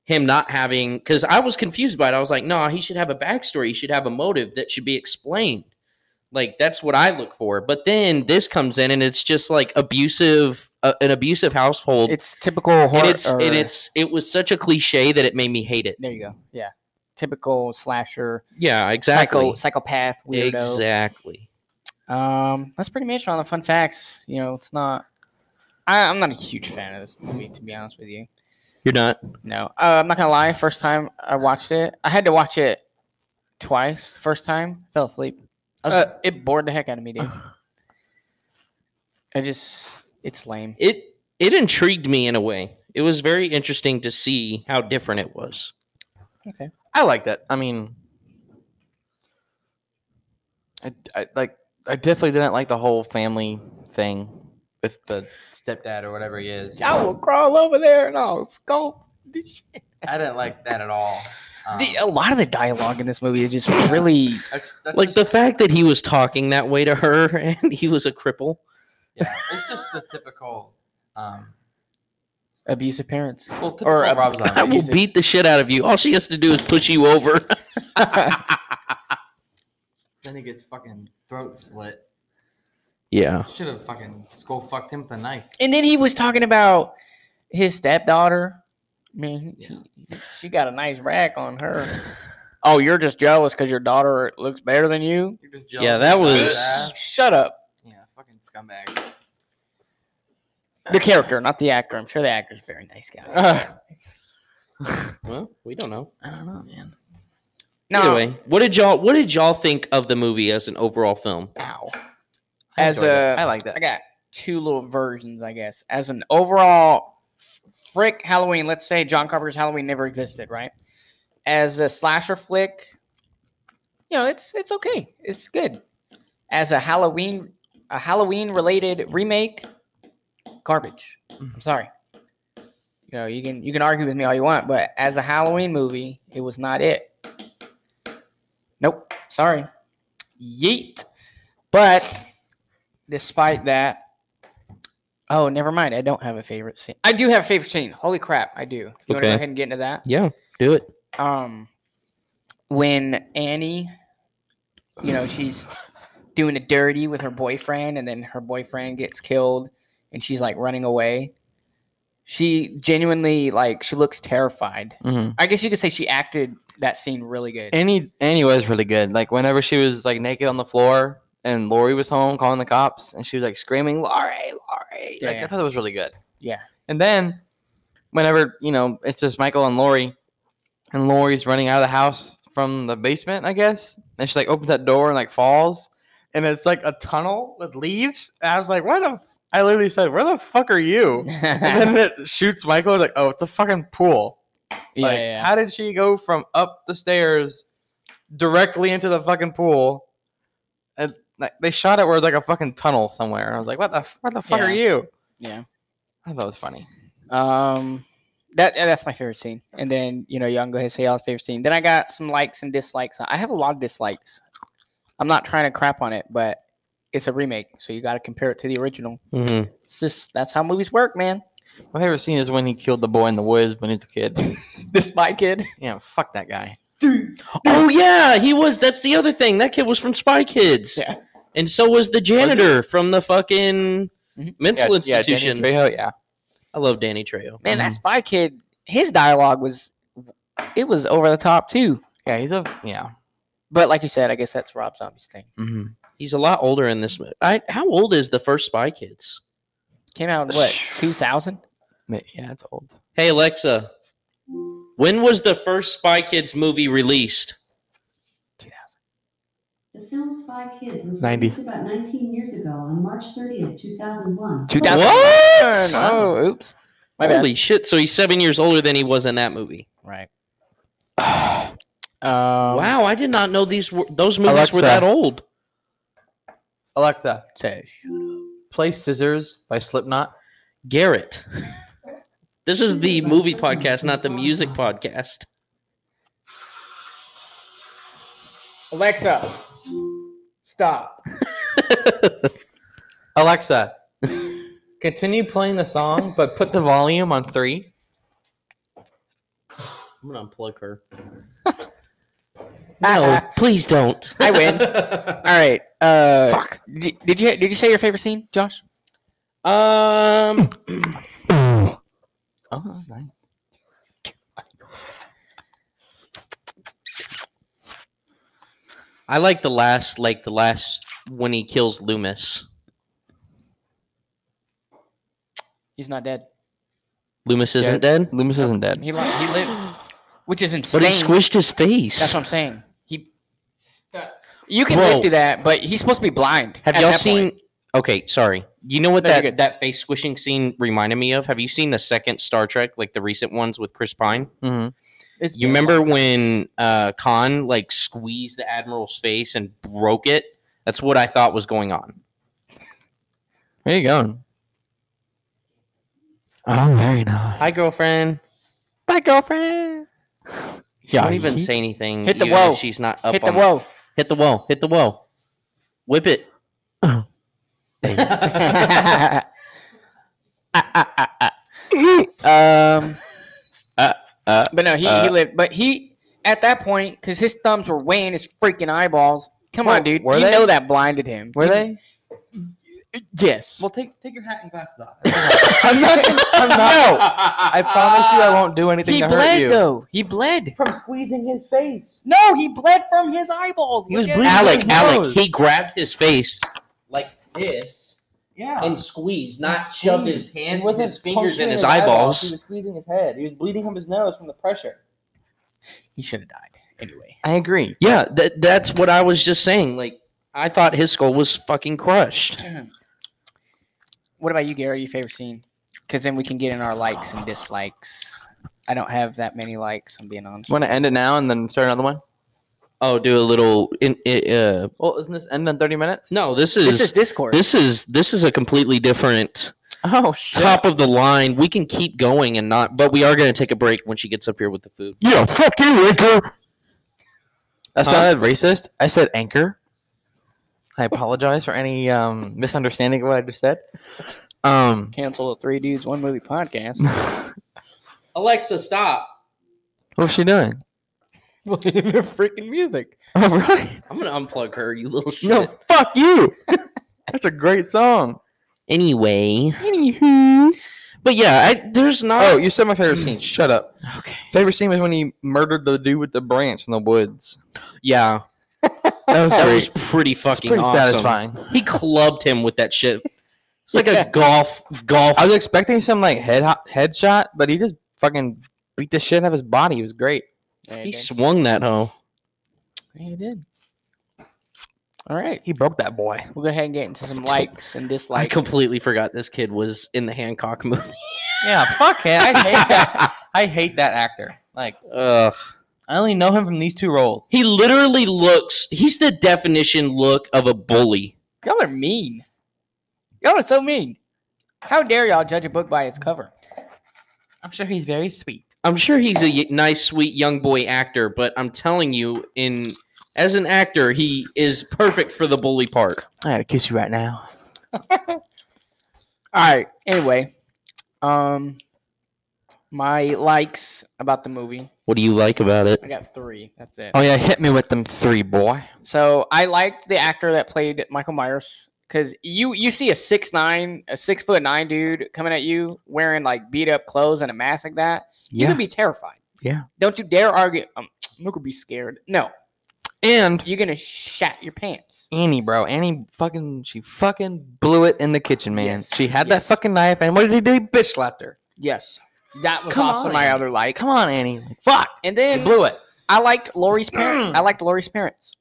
Speaker 1: him not having? Because I was confused by it. I was like, No, nah, he should have a backstory. He should have a motive that should be explained. Like that's what I look for. But then this comes in and it's just like abusive, uh, an abusive household.
Speaker 3: it's typical horror.
Speaker 1: and it's
Speaker 3: or-
Speaker 1: and it's it was such a cliche that it made me hate it.
Speaker 3: there you go. Yeah, typical slasher,
Speaker 1: Yeah,
Speaker 3: psycho, psychopath, weirdo.
Speaker 1: exactly.
Speaker 3: Um, that's pretty much all the fun facts. You know, it's not. I, I'm not a huge fan of this movie, to be honest with you.
Speaker 1: You're not.
Speaker 3: No, uh, I'm not gonna lie. First time I watched it, I had to watch it twice. First time, fell asleep. I was,
Speaker 2: Uh,
Speaker 3: it bored the heck out of me, dude. I just, it's lame.
Speaker 1: It it intrigued me in a way. It was very interesting to see how different it was.
Speaker 3: Okay.
Speaker 2: I like that. I mean, I, I like. I definitely didn't like the whole family thing with the stepdad or whatever he is.
Speaker 3: I will crawl over there and I'll scope. This shit.
Speaker 2: I didn't like that at all. Um,
Speaker 3: The, a lot of the dialogue in this movie is just really.
Speaker 2: that's, that's
Speaker 1: Like the
Speaker 2: just-
Speaker 1: fact that he was talking that way to her and he was a cripple.
Speaker 2: Yeah, it's just the typical. Um,
Speaker 3: abusive parents.
Speaker 2: well, typical or,
Speaker 3: uh,
Speaker 2: Rob
Speaker 1: I
Speaker 2: Zombie.
Speaker 1: will
Speaker 3: music.
Speaker 1: beat the shit out of you. All she has to do is push you over.
Speaker 2: Then he gets fucking throat slit.
Speaker 1: Yeah.
Speaker 2: Should have fucking skull fucked him with a knife.
Speaker 3: And then he was talking about his stepdaughter. Man, she, she got a nice rack on her. Oh, you're just jealous because your daughter looks better than you?
Speaker 2: You're just
Speaker 1: Yeah, that
Speaker 2: jealous of
Speaker 1: was-
Speaker 2: his ass.
Speaker 3: Shut up.
Speaker 2: Yeah, fucking scumbag.
Speaker 3: The character, not the actor. I'm sure the actor's a very nice guy.
Speaker 2: Uh,
Speaker 1: Well, we don't know.
Speaker 2: I don't know, man.
Speaker 3: No.
Speaker 1: Anyway, what did y'all what did y'all think of the movie as an overall film?
Speaker 3: Ow.
Speaker 2: I
Speaker 3: As
Speaker 2: enjoyed it.
Speaker 3: a-
Speaker 2: I like that.
Speaker 3: I got two little versions, I guess. As an overall f- frick Halloween, let's say John Carpenter's Halloween never existed, right? As a slasher flick, you know, it's it's okay. It's good. As a Halloween a Halloween related remake, garbage. I'm sorry. You know, you can you can argue with me all you want, but as a Halloween movie, it was not it. Nope. Sorry. Yeet. But despite that, oh, never mind. I don't have a favorite scene. I do have a favorite scene. Holy crap, I do. You want to
Speaker 1: Okay.
Speaker 3: go ahead and get into that?
Speaker 1: Yeah, do it.
Speaker 3: um when Annie, you know, she's doing it dirty with her boyfriend and then her boyfriend gets killed and she's like running away. She genuinely like she looks terrified.
Speaker 2: Mm-hmm.
Speaker 3: I guess you could say she acted that scene really good.
Speaker 2: Annie Annie was really good. Like whenever she was like naked on the floor and Lori was home calling the cops and she was like screaming, Lori, Lori.
Speaker 3: Yeah,
Speaker 2: like
Speaker 3: yeah.
Speaker 2: I thought that was really good.
Speaker 3: Yeah.
Speaker 2: And then whenever, you know, it's just Michael and Lori and Lori's running out of the house from the basement, I guess. And she like opens that door and like falls. And it's like a tunnel with leaves. And I was like, where the f-? I literally said, Where the fuck are you? and then it shoots Michael. Like, oh, it's a fucking pool.
Speaker 3: Yeah,
Speaker 2: like,
Speaker 3: yeah.
Speaker 2: how did she go from up the stairs directly into the fucking pool? And like, they shot it where it's like a fucking tunnel somewhere. And I was like, what the f- what the fuck are
Speaker 3: Yeah.
Speaker 2: you?
Speaker 3: yeah.
Speaker 2: I thought it was funny.
Speaker 3: Um, that yeah, that's my favorite scene. And then you know, y'all can go ahead and say y'all's favorite scene. Then I got some likes and dislikes. I have a lot of dislikes. I'm not trying to crap on it, but it's a remake, so you got to compare it to the original.
Speaker 1: Mm-hmm.
Speaker 3: It's just that's how movies work, man.
Speaker 2: My favorite scene is when he killed the boy in the woods when he was a kid.
Speaker 3: This spy kid.
Speaker 2: yeah, fuck that guy.
Speaker 1: Oh yeah, he was. That's the other thing. That kid was from Spy Kids.
Speaker 3: Yeah.
Speaker 1: And so was the janitor from the fucking
Speaker 3: Mhm.
Speaker 1: mental
Speaker 2: Mm-hmm. yeah, yeah, Danny
Speaker 1: institution.
Speaker 2: Trejo, yeah.
Speaker 1: I love Danny Trejo.
Speaker 3: Man, that spy kid. His dialogue was, it was over the top too.
Speaker 2: Yeah, he's a yeah.
Speaker 3: But like you said, I guess that's Rob Zombie's thing.
Speaker 2: Mm-hmm.
Speaker 1: He's a lot older in this movie. I, how old is the first Spy Kids?
Speaker 3: Came out in what 2000?
Speaker 2: Yeah, it's old.
Speaker 1: Hey Alexa, when was the first Spy Kids movie released?
Speaker 6: The film Spy Kids was
Speaker 2: 90.
Speaker 6: released about 19 years ago on March 30th, 2001.
Speaker 3: 2000.
Speaker 1: What?
Speaker 3: Oh, oops. My bad.
Speaker 1: Holy shit! So he's seven years older than he was in that movie.
Speaker 3: Right. Um,
Speaker 1: wow, I did not know these were, those movies were
Speaker 2: Alexa.
Speaker 1: that old.
Speaker 2: Alexa,
Speaker 3: Say,
Speaker 2: play Scissors by Slipknot.
Speaker 1: Garrett, this is the movie podcast, not the music podcast.
Speaker 3: Alexa, stop.
Speaker 2: Alexa, continue playing the song, but put the volume on three.
Speaker 1: I'm gonna unplug her. Uh, no, please don't.
Speaker 3: I win.
Speaker 2: Oh,
Speaker 3: All right. Uh,
Speaker 2: Fuck.
Speaker 3: d- Did you did you say your favorite scene, Josh?
Speaker 1: Um,
Speaker 2: Oh, that was nice.
Speaker 1: I like the last, like the last when he kills Loomis.
Speaker 3: He's not dead.
Speaker 1: Loomis isn't dead,
Speaker 2: Loomis isn't dead.
Speaker 3: He li- he lived, which is insane.
Speaker 1: but he squished his face.
Speaker 3: That's what I'm saying. He. You can
Speaker 1: Bro.
Speaker 3: live through that, but he's supposed to be blind.
Speaker 1: Have
Speaker 3: at
Speaker 1: y'all
Speaker 3: that
Speaker 1: seen?
Speaker 3: point.
Speaker 1: Okay, sorry. You know what
Speaker 3: No, you're
Speaker 1: that
Speaker 3: good.
Speaker 1: that face squishing scene reminded me of? Have you seen the second Star Trek, like the recent ones with Chris Pine?
Speaker 2: Mm-hmm.
Speaker 3: It's
Speaker 1: You
Speaker 3: been a
Speaker 1: remember
Speaker 3: long time.
Speaker 1: when uh, Khan like squeezed the admiral's face and broke it? That's what I thought was going on.
Speaker 2: Where you going? I'm married now.
Speaker 1: Hi, girlfriend.
Speaker 2: Bye, girlfriend. Yeah,
Speaker 1: Don't even
Speaker 2: he-
Speaker 1: say anything.
Speaker 3: Hit the
Speaker 1: even if
Speaker 3: whoa.
Speaker 1: She's not up.
Speaker 3: hit the
Speaker 1: on-
Speaker 3: whoa?
Speaker 1: Hit the whoa. Hit the whoa. Whip it.
Speaker 3: Ah, ah, ah, ah. um,
Speaker 1: Uh, uh,
Speaker 3: but no, he, he
Speaker 1: uh.
Speaker 3: lived. But he at that point because his thumbs were weighing his freaking eyeballs. Come
Speaker 2: Well,
Speaker 3: on, dude.
Speaker 2: were
Speaker 3: you
Speaker 2: they?
Speaker 3: know that blinded him.
Speaker 2: Were
Speaker 3: You-
Speaker 2: they?
Speaker 3: Yes.
Speaker 2: Well, take take your hat and glasses off. I'm not. I'm not. I promise you, I won't do anything
Speaker 3: he
Speaker 2: to
Speaker 3: bled
Speaker 2: hurt you.
Speaker 3: though. He bled.
Speaker 2: From squeezing his face.
Speaker 3: No, he bled from his eyeballs.
Speaker 2: He
Speaker 3: Look
Speaker 2: was
Speaker 3: at-
Speaker 2: bleeding.
Speaker 1: Alec,
Speaker 2: Who
Speaker 1: Alec,
Speaker 2: knows?
Speaker 1: he grabbed his face like this.
Speaker 2: Yeah.
Speaker 1: and squeezed, not shoved his
Speaker 2: Squeezed.
Speaker 1: hand
Speaker 2: He wasn't
Speaker 1: his fingers
Speaker 2: puncturing
Speaker 1: in his eyeballs.
Speaker 2: He was squeezing his head. He was bleeding from his nose from the pressure.
Speaker 3: He should have died anyway.
Speaker 2: I agree.
Speaker 1: Yeah, that that's what I was just saying. Like I thought his skull was fucking crushed.
Speaker 3: What about you, Gary? Your favorite scene? Because then we can get in our likes and dislikes. I don't have that many likes. I'm being honest.
Speaker 2: Want to end it now and then start another one?
Speaker 1: Oh, do a little. In, i uh,
Speaker 2: Well, isn't this end in 30 minutes?
Speaker 1: no, this is
Speaker 3: This is Discord.
Speaker 1: this is this is a completely different
Speaker 2: Oh, shit.
Speaker 1: top of the line. We can keep going and not, but we are going to take a break when she gets up here with the food.
Speaker 2: Yeah, fuck you, Anchor. That
Speaker 1: Huh?
Speaker 2: sounded racist. I said Anchor. I apologize for any um, misunderstanding of what I just said. Um,
Speaker 3: Cancel the three dudes one movie podcast.
Speaker 1: Alexa, stop!
Speaker 2: what's she doing?
Speaker 3: the freaking music.
Speaker 2: All right.
Speaker 1: I'm going to unplug her. You little shit.
Speaker 2: No, fuck you. That's a great song.
Speaker 1: Anyway,
Speaker 2: Anywho.
Speaker 1: but yeah, I, there's not.
Speaker 2: Oh, you said my favorite scene. Shut up.
Speaker 1: okay.
Speaker 2: Favorite scene was when he murdered the dude with the branch in the woods.
Speaker 1: Yeah,
Speaker 2: That was
Speaker 1: that
Speaker 2: great.
Speaker 1: was pretty fucking
Speaker 2: pretty
Speaker 1: awesome.
Speaker 2: satisfying.
Speaker 1: He clubbed him with that shit. It's like
Speaker 3: Yeah.
Speaker 1: a golf golf.
Speaker 2: I was expecting some like head headshot, but he just fucking beat the shit out of his body. It was great.
Speaker 3: There
Speaker 1: He
Speaker 3: you go.
Speaker 1: swung that hoe.
Speaker 3: Yeah, you did. All right.
Speaker 2: He broke that boy.
Speaker 3: We'll go ahead and get into some likes and
Speaker 1: I
Speaker 3: dislikes.
Speaker 1: completely forgot this kid was in the Hancock movie.
Speaker 2: Yeah, fuck him. I hate that. I hate that actor. Like,
Speaker 1: Ugh.
Speaker 2: I only know him from these two roles.
Speaker 1: He literally looks. He's the definition look of a bully.
Speaker 3: Y'all are mean. Y'all are so mean. How dare y'all judge a book by its cover?
Speaker 2: I'm sure he's very sweet.
Speaker 1: I'm sure he's a y- nice, sweet young boy actor, but I'm telling you, in as an actor, he is perfect for the bully part.
Speaker 2: I gotta kiss you right now.
Speaker 3: All right. Anyway, um, my likes about the movie.
Speaker 1: What do you like about it?
Speaker 3: I got three. That's it.
Speaker 2: Oh yeah, hit me with them three, boy.
Speaker 3: So I liked the actor that played Michael Myers because you you see a six nine, a six foot nine dude coming at you wearing like beat up clothes and a mask like that. You
Speaker 2: Yeah.
Speaker 3: could be terrified.
Speaker 2: Yeah.
Speaker 3: Don't you dare argue. Um, I'm not gonna be scared. No,
Speaker 2: And
Speaker 3: you're gonna shat your pants.
Speaker 2: Annie, bro, Annie fucking she fucking blew it in the kitchen, man.
Speaker 3: Yes,
Speaker 2: She had
Speaker 3: yes.
Speaker 2: that fucking knife, and what did he do? He bitch slapped her.
Speaker 3: Yes, that was
Speaker 2: Come
Speaker 3: also
Speaker 2: on.
Speaker 3: my other like.
Speaker 2: Come on, Annie. Fuck.
Speaker 3: And
Speaker 2: He
Speaker 3: then
Speaker 2: blew it.
Speaker 3: I liked Laurie's parents. I liked Laurie's parents.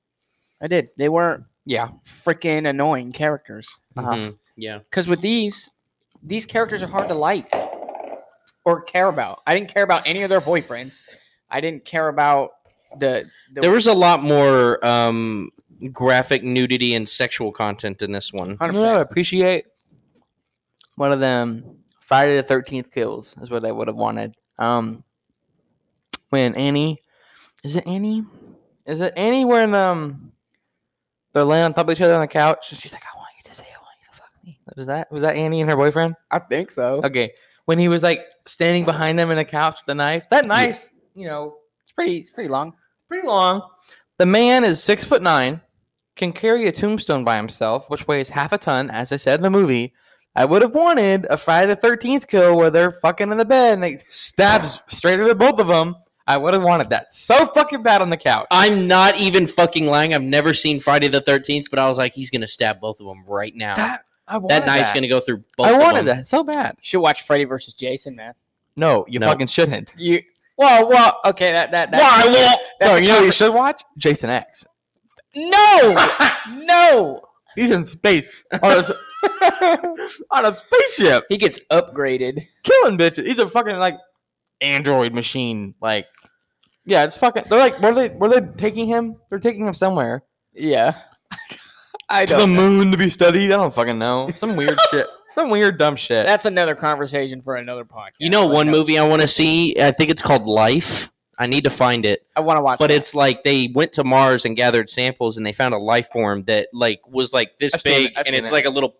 Speaker 3: I did. They weren't
Speaker 2: Yeah.
Speaker 3: freaking annoying characters.
Speaker 2: Uh-huh.
Speaker 1: Mhm. Yeah,
Speaker 3: Because with these, these characters are hard to like or care about. I didn't care about any of their boyfriends. I didn't care about the. the
Speaker 1: there was a lot more um, graphic nudity and sexual content in this one.
Speaker 3: 100%.
Speaker 2: You know what I appreciate? One of them Friday the thirteenth kills is what I would have wanted. Um when Annie is it Annie? Is it Annie when um they're laying on top of each other on the couch and she's like, I want you to say I want you to fuck me. Was that was that Annie and her boyfriend?
Speaker 3: I think so.
Speaker 2: Okay. When he was like standing behind them in a couch with a knife. That knife, you know,
Speaker 3: It's pretty. It's pretty long.
Speaker 2: pretty long. The man is six foot nine, can carry a tombstone by himself, which weighs half a ton, as I said in the movie. I would have wanted a Friday the Thirteenth kill where they're fucking in the bed and they stabs straight into both of them. I would have wanted that so fucking bad on the couch.
Speaker 1: I'm not even fucking lying. I've never seen Friday the 13th, but I was like, he's going to stab both of them right now. That,
Speaker 2: I wanted
Speaker 1: knife's going to go through both
Speaker 2: I
Speaker 1: of
Speaker 2: wanted
Speaker 1: them.
Speaker 2: that so bad.
Speaker 3: Should watch Freddy versus Jason, man.
Speaker 2: No, you
Speaker 1: No.
Speaker 2: fucking shouldn't.
Speaker 3: You. Well, well, okay. That that that.
Speaker 1: Why won't?
Speaker 3: that's
Speaker 2: No,
Speaker 3: a
Speaker 2: you know what you
Speaker 3: conver-
Speaker 2: should watch? Jason X.
Speaker 3: No, no.
Speaker 2: He's in space on a, s- on a spaceship,
Speaker 3: He gets upgraded.
Speaker 2: killing bitches. He's a fucking like android machine. Like, yeah, it's fucking. They're like, where they where they taking him? They're taking him somewhere
Speaker 3: Yeah. I
Speaker 2: to the
Speaker 3: don't. know.
Speaker 2: moon to be studied. I don't fucking know. Some weird shit. Some weird dumb shit.
Speaker 3: That's another conversation for another podcast.
Speaker 1: You know,
Speaker 3: Like,
Speaker 1: one
Speaker 3: that was-
Speaker 1: movie I want to see, I think it's called Life. I need to find it.
Speaker 3: I want to watch,
Speaker 1: But
Speaker 3: that.
Speaker 1: it's like they went to Mars and gathered samples and they found a life form that like was like this
Speaker 2: I've seen it.
Speaker 1: big
Speaker 2: I've
Speaker 1: and
Speaker 2: seen
Speaker 1: it's
Speaker 2: it.
Speaker 1: like a little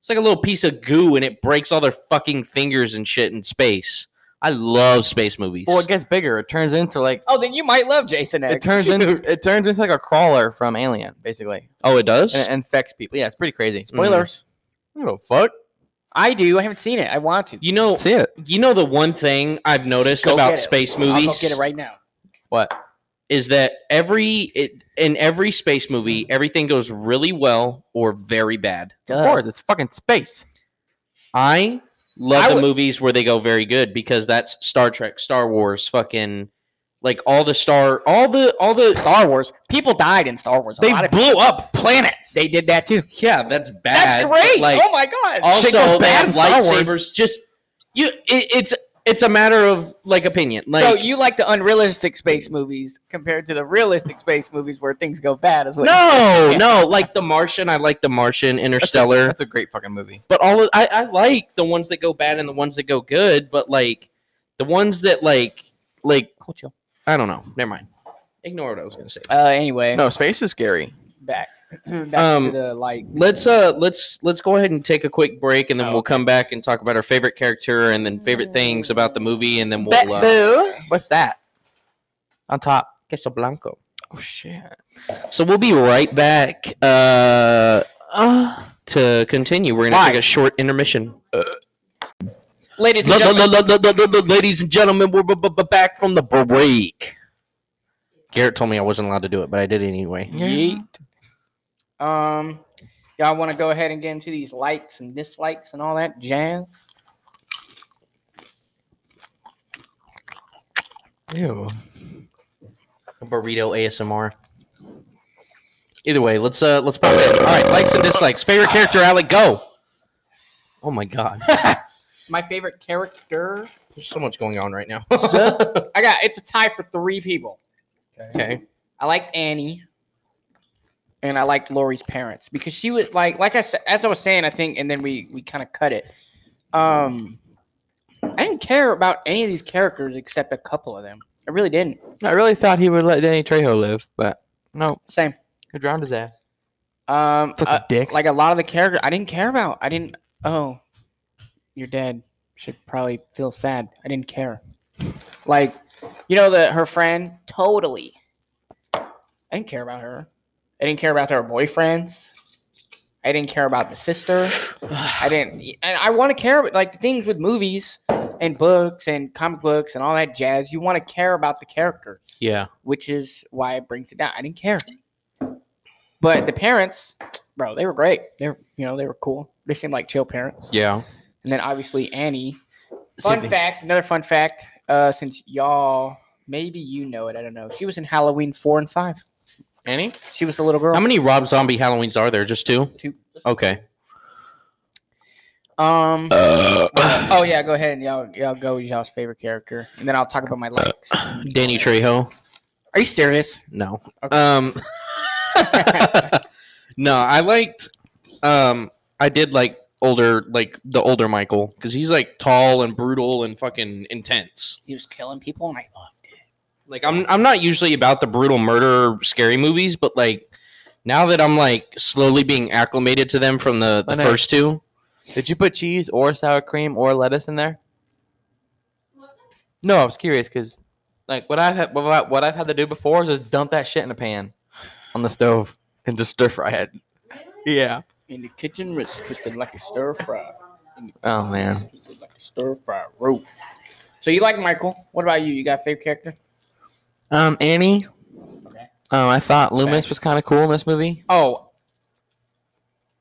Speaker 1: it's like a little piece of goo and it breaks all their fucking fingers and shit in space. I love space movies.
Speaker 2: well, it gets bigger. It turns into like
Speaker 3: Oh, then you might love Jason X.
Speaker 2: it turns into it turns into like a crawler from Alien, basically,
Speaker 1: oh, it does?
Speaker 2: and it infects people. Yeah, it's pretty crazy.
Speaker 3: spoilers.
Speaker 1: Mm.
Speaker 2: I don't give a fuck.
Speaker 3: I do. I haven't seen it. I want to.
Speaker 1: You know,
Speaker 2: See it?
Speaker 1: you know the one thing I've noticed
Speaker 3: Go get
Speaker 1: about
Speaker 3: it.
Speaker 1: space
Speaker 3: I'll
Speaker 1: movies
Speaker 3: go get it right now.
Speaker 2: What?
Speaker 1: is that every it, in every space movie everything goes really well or very bad.
Speaker 2: Of course, it's fucking space.
Speaker 1: I love
Speaker 3: I
Speaker 1: the
Speaker 3: would-
Speaker 1: movies where they go very good because that's Star Trek, Star Wars, fucking like all the star, all the all the
Speaker 3: Star Wars. People died in Star Wars. A
Speaker 2: They
Speaker 3: lot of
Speaker 2: blew
Speaker 3: people-
Speaker 2: up planets.
Speaker 3: They did that too.
Speaker 1: yeah, that's bad.
Speaker 3: That's great.
Speaker 1: Like
Speaker 3: oh my god.
Speaker 1: also
Speaker 2: goes
Speaker 1: they
Speaker 2: bad
Speaker 1: have
Speaker 2: in Star Wars.
Speaker 1: lightsabers. Just you, it, it's it's a matter of like opinion. Like
Speaker 3: so you like the unrealistic space movies compared to the realistic space movies where things go bad as well.
Speaker 1: no, no, like The Martian. I like The Martian, Interstellar.
Speaker 2: That's a great fucking movie.
Speaker 1: but all of, I, I like the ones that go bad and the ones that go good, but like the ones that like like I don't know. Never mind. Ignore what I was gonna say.
Speaker 3: Uh, anyway,
Speaker 2: No, space is scary.
Speaker 3: back, back
Speaker 1: Um,
Speaker 3: to the like.
Speaker 1: Let's uh let's let's go ahead and take a quick break and then
Speaker 3: Oh,
Speaker 1: we'll come back and talk about our favorite character and then favorite things about the movie and then we'll uh,
Speaker 3: boo.
Speaker 2: What's that? On top.
Speaker 1: Casablanca.
Speaker 2: Oh shit.
Speaker 1: So we'll be right back uh to continue. We're gonna
Speaker 3: Why?
Speaker 1: take a short intermission.
Speaker 3: Ladies and
Speaker 1: La- la-
Speaker 3: gentlemen,
Speaker 1: la- la- la- la- la- Ladies and gentlemen, we're b- b- b- back from the break. Garrett told me I wasn't allowed to do it, but I did it anyway.
Speaker 3: Yeet. Um, y'all want to go ahead and get into these likes and dislikes and all that jazz?
Speaker 2: Ew.
Speaker 1: Burrito ASMR. Either way, let's uh let's pop in. All right, likes and dislikes. Favorite character, Alec, go. Oh my god,
Speaker 3: My favorite character.
Speaker 1: there's so much going on right now.
Speaker 3: I got it's a tie for three people.
Speaker 1: okay,
Speaker 3: I liked Annie, and I liked Lori's parents because she was like, like I said, as I was saying, I think, and then we we kind of cut it. Um, I didn't care about any of these characters except a couple of them. I really didn't.
Speaker 2: I really thought he would let Danny Trejo live, but no,
Speaker 3: Same.
Speaker 2: he drowned his ass.
Speaker 3: Um,
Speaker 2: Fucking
Speaker 3: uh,
Speaker 2: dick.
Speaker 3: like a lot of the characters I didn't care about. I didn't. Oh, you're dead. Should probably feel sad. I didn't care. Like, you know, the her friend. Totally. I didn't care about her. I didn't care about their boyfriends. I didn't care about the sister. I didn't, and I want to care about like the things with movies and books and comic books and all that jazz. You want to care about the character
Speaker 1: yeah,
Speaker 3: which is why it brings it down. I didn't care. But the parents, bro, they were great. They're you know, they were cool. They seemed like chill parents.
Speaker 1: yeah.
Speaker 3: And then obviously Annie.
Speaker 2: Same
Speaker 3: Fun
Speaker 2: thing.
Speaker 3: fact, another fun fact, uh, since y'all maybe you know it, I don't know. She was in Halloween four and five.
Speaker 1: Annie,
Speaker 3: She was the little girl.
Speaker 1: how many Rob Zombie Halloweens are there? Just two.
Speaker 3: Two.
Speaker 1: Okay.
Speaker 3: Um
Speaker 2: Uh.
Speaker 3: Oh yeah, go ahead and y'all y'all go with y'all's favorite character. And then I'll talk about my likes. Are
Speaker 1: Danny Trejo.
Speaker 3: you serious?
Speaker 1: No.
Speaker 3: Okay.
Speaker 1: Um No, I liked um I did like older like the older Michael cuz he's like tall and brutal and fucking intense.
Speaker 3: He was killing people and I loved it.
Speaker 1: Like I'm I'm not usually about the brutal murder scary movies, but like now that I'm like slowly being acclimated to them from the,
Speaker 2: I
Speaker 1: the
Speaker 2: know.
Speaker 1: first two.
Speaker 2: Did you put cheese or sour cream or lettuce in there? No, I was curious because, like, what I've had, what, I- what I've had to do before is just dump that shit in a pan on the stove and just stir fry it. Yeah.
Speaker 3: In the kitchen was twisted like a stir fry.
Speaker 2: Oh man.
Speaker 3: like a stir fry roast. So you like Michael? What about you? You got a favorite character?
Speaker 2: Um, Annie.
Speaker 3: Okay.
Speaker 2: Um, I thought Loomis was kind of cool in this movie.
Speaker 3: Oh,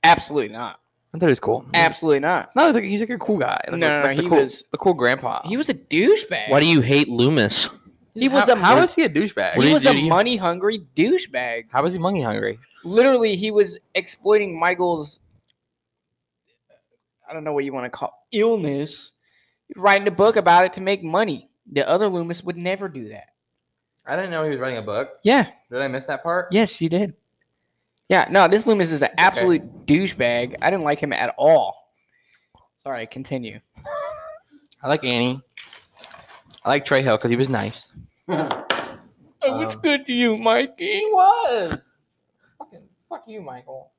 Speaker 3: absolutely not.
Speaker 2: I thought he was cool.
Speaker 3: Absolutely not.
Speaker 2: No, like, he's like a cool guy. Like,
Speaker 3: No,
Speaker 2: like,
Speaker 3: no, no,
Speaker 2: like the
Speaker 3: he
Speaker 2: cool,
Speaker 3: was-
Speaker 2: the cool grandpa.
Speaker 3: He was a douchebag.
Speaker 1: Why do you hate Loomis?
Speaker 3: He was
Speaker 2: how,
Speaker 3: a
Speaker 2: how
Speaker 3: mon-
Speaker 2: is he a douchebag?
Speaker 1: What
Speaker 3: He
Speaker 1: did
Speaker 3: was
Speaker 1: he
Speaker 3: a
Speaker 1: do to you?
Speaker 3: money hungry douchebag.
Speaker 2: How is he money hungry?
Speaker 3: Literally, he was exploiting Michael's. I don't know what you want to call illness. Writing a book about it to make money. The other Loomis would never do that.
Speaker 2: I didn't know he was writing a book.
Speaker 3: Yeah.
Speaker 2: Did I miss that part?
Speaker 3: Yes, you did. Yeah, no, this Loomis is an absolute douchebag. I didn't like him at all. Sorry, continue.
Speaker 2: I like Annie. I like Trejo because he was nice.
Speaker 3: I
Speaker 2: was Um,
Speaker 3: good to you, Mikey. He was. Fucking fuck you, Michael.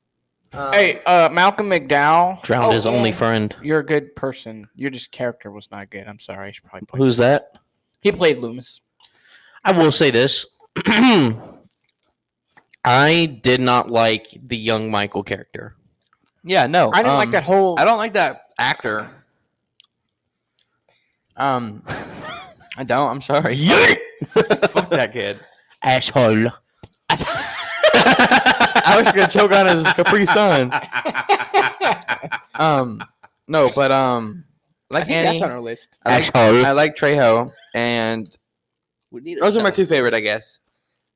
Speaker 2: Um,
Speaker 3: Hey, uh, Malcolm McDowell.
Speaker 1: Drowned
Speaker 3: Oh,
Speaker 1: his only
Speaker 3: and
Speaker 1: friend.
Speaker 3: You're a good person. Your just character was not good. I'm sorry. I should probably play.
Speaker 1: Who's that?
Speaker 3: He played Loomis.
Speaker 1: I will say this. I did not like the young Michael character.
Speaker 2: yeah, no,
Speaker 3: I didn't like
Speaker 2: um,
Speaker 3: that whole.
Speaker 2: I don't like that actor. Um, I don't. I'm sorry. Fuck that kid.
Speaker 1: Asshole.
Speaker 2: I was gonna choke on his Capri Sun. Um, no, but um, I
Speaker 3: I
Speaker 2: like
Speaker 3: think
Speaker 2: Annie.
Speaker 3: that's on our list.
Speaker 2: I like, I like Trejo, and those are my two favorite, I guess.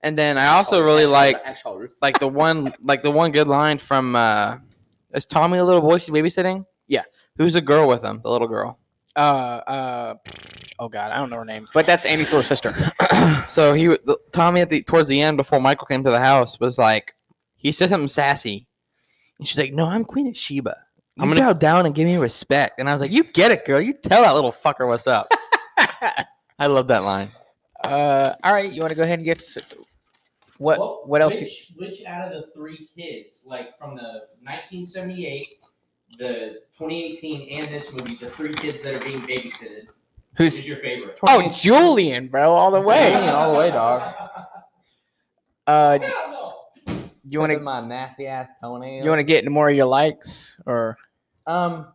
Speaker 2: And then I also really liked like the one like the one good line from uh, is Tommy a little boy she's babysitting?
Speaker 3: Yeah.
Speaker 2: Who's the girl with him? The little girl.
Speaker 3: uh, uh, oh god, I don't know her name, but that's Amy Seale's sister.
Speaker 2: so he, w- the, Tommy, at the towards the end before Michael came to the house, was like, he said something sassy, and she's like, "No, I'm Queen of Sheba. You
Speaker 1: I'm gonna-
Speaker 2: bow down and give me respect." And I was like, "You get it, girl. You tell that little fucker what's up." I love that line.
Speaker 3: Uh, all right, you want to go ahead and get s- what? what else you-
Speaker 1: Which, which out of the three kids, like from the 1978, the 2018, and this movie, the three kids that are being babysitted,
Speaker 3: Who's?
Speaker 1: is your favorite?
Speaker 3: Oh, Julian, bro, all the way.
Speaker 2: Julian, all the way, dog.
Speaker 3: Uh,
Speaker 1: Hell no.
Speaker 3: you want to
Speaker 2: my nasty ass toenail.
Speaker 3: you want to get into more of your likes, or
Speaker 2: um.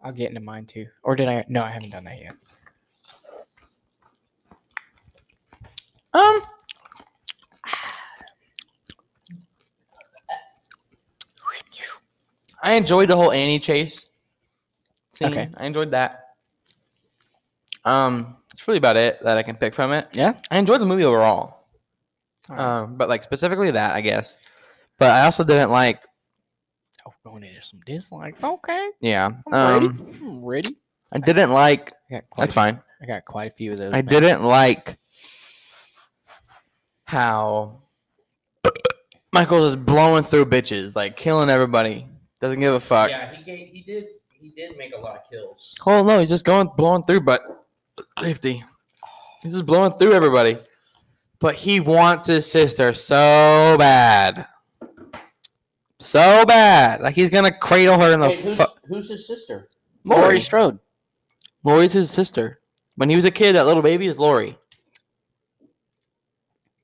Speaker 3: I'll get into mine too. Or did I? No, I haven't done that yet.
Speaker 2: Um. I enjoyed the whole Annie chase. Scene.
Speaker 3: Okay.
Speaker 2: I enjoyed that. Um, it's really about it that I can pick from it.
Speaker 3: Yeah?
Speaker 2: I enjoyed the movie overall.
Speaker 3: Alright.
Speaker 2: Um, but like specifically that, I guess. But I also didn't like.
Speaker 3: Oh, going into some dislikes. Okay,
Speaker 2: Yeah.
Speaker 3: I'm ready.
Speaker 2: Um,
Speaker 3: I'm ready.
Speaker 2: I didn't like.
Speaker 3: I got quite,
Speaker 2: That's fine.
Speaker 3: I got quite a few of those.
Speaker 2: I
Speaker 3: man.
Speaker 2: didn't like how Michael is blowing through bitches, like killing everybody. Doesn't give a fuck.
Speaker 1: Yeah, he gave, he did he did make a lot of kills.
Speaker 2: Oh no, he's just going blowing through, but safety. He's just blowing through everybody. But he wants his sister so bad. So bad. Like he's gonna cradle her in the
Speaker 1: Wait, who's,
Speaker 2: Oh, fuck.
Speaker 1: who's his sister?
Speaker 3: Laurie Strode.
Speaker 2: Lori's his sister. When he was a kid, that little baby is Lori.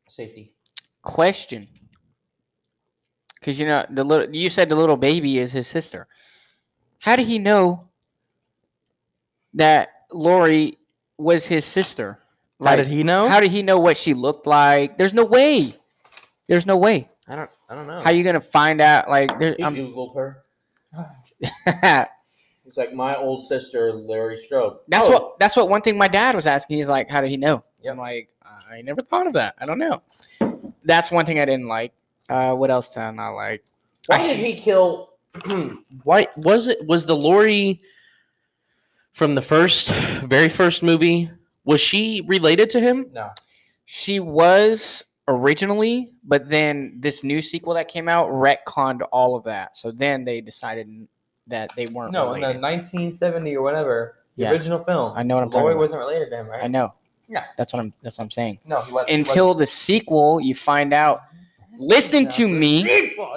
Speaker 1: Safety.
Speaker 3: Question. Because you know the little you said the little baby is his sister. How did he know that Lori was his sister?
Speaker 2: How did he know?
Speaker 3: How did he know what she looked like? There's no way. There's no way.
Speaker 2: I don't. I don't know.
Speaker 3: How you gonna find out? Like, there,
Speaker 1: He
Speaker 3: I'm,
Speaker 1: googled her.
Speaker 3: that's
Speaker 1: It's like my old sister, Larry Strode. Oh,
Speaker 3: what that's what one thing my dad was asking. He's like, how did he know?
Speaker 1: Yep.
Speaker 3: I'm like, I never thought of that. I don't know. That's one thing I didn't like. Uh, what else did I not like?
Speaker 1: Why did he kill? why was it? Was the Lori from the first, very first movie? Was she related to him?
Speaker 2: No.
Speaker 3: She was originally, but then this new sequel that came out retconned all of that. So then they decided that they weren't.
Speaker 2: No, in
Speaker 3: related.
Speaker 2: the 1970 or whatever, the
Speaker 3: Yeah.
Speaker 2: original film.
Speaker 3: I know what I'm talking
Speaker 2: Lori
Speaker 3: about.
Speaker 2: wasn't related to him, right?
Speaker 3: I know.
Speaker 2: Yeah.
Speaker 3: that's what I'm. That's what I'm saying.
Speaker 2: No, he wasn't.
Speaker 3: Until the sequel, you find out. Listen to me.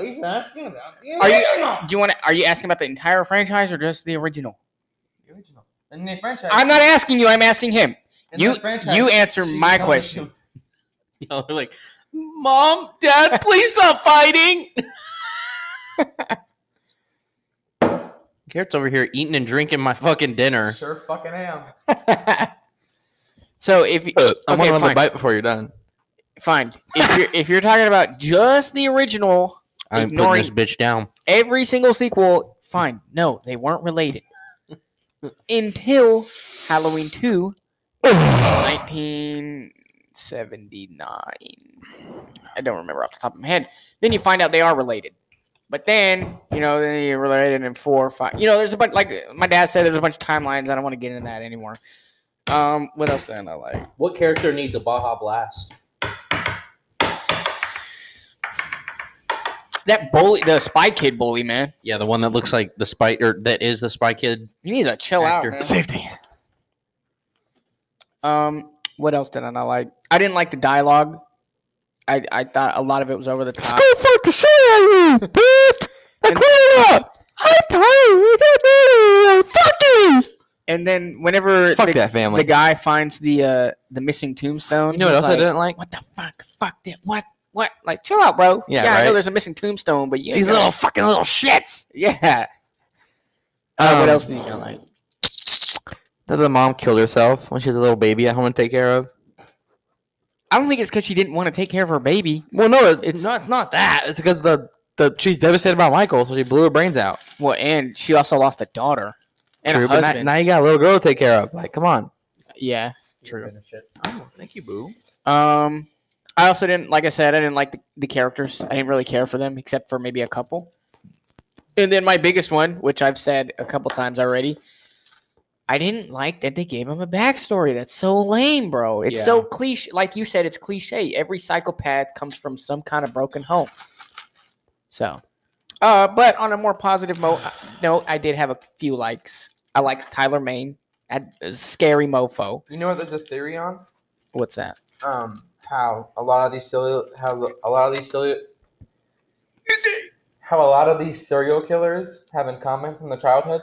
Speaker 2: He's asking about the
Speaker 3: Are you?
Speaker 2: original.
Speaker 3: Do you want to? Are you asking about the entire franchise or just the original?
Speaker 2: The original. In the franchise.
Speaker 3: I'm not asking you. I'm asking him.
Speaker 2: in
Speaker 3: you-
Speaker 2: the franchise,
Speaker 3: you answer
Speaker 2: she
Speaker 3: my
Speaker 2: tells
Speaker 3: question.
Speaker 2: him-
Speaker 1: You know, like, mom, dad, please stop fighting. Carrot's over here eating and drinking my fucking dinner.
Speaker 2: Sure fucking am.
Speaker 3: so if
Speaker 2: I'm
Speaker 3: okay,
Speaker 2: on
Speaker 3: fine,
Speaker 2: the bite before you're done.
Speaker 3: fine. If you're if you're talking about just the original,
Speaker 1: I'm
Speaker 3: Ignoring-
Speaker 1: putting this bitch down.
Speaker 3: every single sequel, fine. No, they weren't related until Halloween two, 1979. I don't remember off the top of my head. Then you find out they are related. But then, you know, then you're related in four or five. You know, there's a bunch, like my dad said, there's a bunch of timelines. I don't want to get into that anymore. Um, What else did I like?
Speaker 1: What character needs a Baja Blast?
Speaker 3: That bully, the spy kid bully, man.
Speaker 1: Yeah, the one that looks like the spy, or that is the spy kid.
Speaker 3: He needs a chill
Speaker 1: Actor.
Speaker 3: out, man.
Speaker 2: Safety.
Speaker 3: Um, what else did I not like? I didn't like the dialogue. I, I thought a lot of it was over the top.
Speaker 2: fuck the shit out of you, bitch! I
Speaker 3: And-
Speaker 2: clean up! I'm tired! Fuck you!
Speaker 3: And then whenever
Speaker 2: Fuck
Speaker 3: the,
Speaker 2: that family.
Speaker 3: the guy finds the uh the missing tombstone,
Speaker 2: you know what
Speaker 3: he's
Speaker 2: else I
Speaker 3: like,
Speaker 2: didn't like?
Speaker 3: What the fuck? Fuck that! What? What? Like, chill out, bro.
Speaker 2: Yeah,
Speaker 3: I
Speaker 2: right?
Speaker 3: know there's a missing tombstone, but you ain't
Speaker 2: These
Speaker 3: gonna-
Speaker 2: little fucking little shits!
Speaker 3: yeah. Uh, what
Speaker 2: Um,
Speaker 3: else did you not like?
Speaker 2: That the mom killed herself when she has a little baby at home to take care of.
Speaker 3: I don't think it's because she didn't want to take care of her baby.
Speaker 2: Well, no, it's,
Speaker 3: It's-
Speaker 2: not not that. It's because the the she's devastated by Michael, so she blew her brains out.
Speaker 3: Well, and she also lost a daughter and
Speaker 2: True,
Speaker 3: a
Speaker 2: but now,
Speaker 3: husband.
Speaker 2: now you got a little girl to take care of. Like, come on.
Speaker 3: yeah.
Speaker 1: True.
Speaker 2: Oh, thank you, boo.
Speaker 3: Um, I also didn't, like I said, I didn't like the, the characters. I didn't really care for them, except for maybe a couple. And then my biggest one, which I've said a couple times already, I didn't like that they gave him a backstory. That's so lame, bro. It's so
Speaker 1: Yeah.
Speaker 3: cliche. Like you said, it's cliche. Every psychopath comes from some kind of broken home. So, uh, but on a more positive mo- uh, note, I did have a few likes. I liked Tyler Maine. At uh, scary mofo.
Speaker 7: You know what? There's a theory on
Speaker 3: What's that?
Speaker 7: um how a lot of these serial how a lot of these serial how a lot of these serial killers have in common from the childhood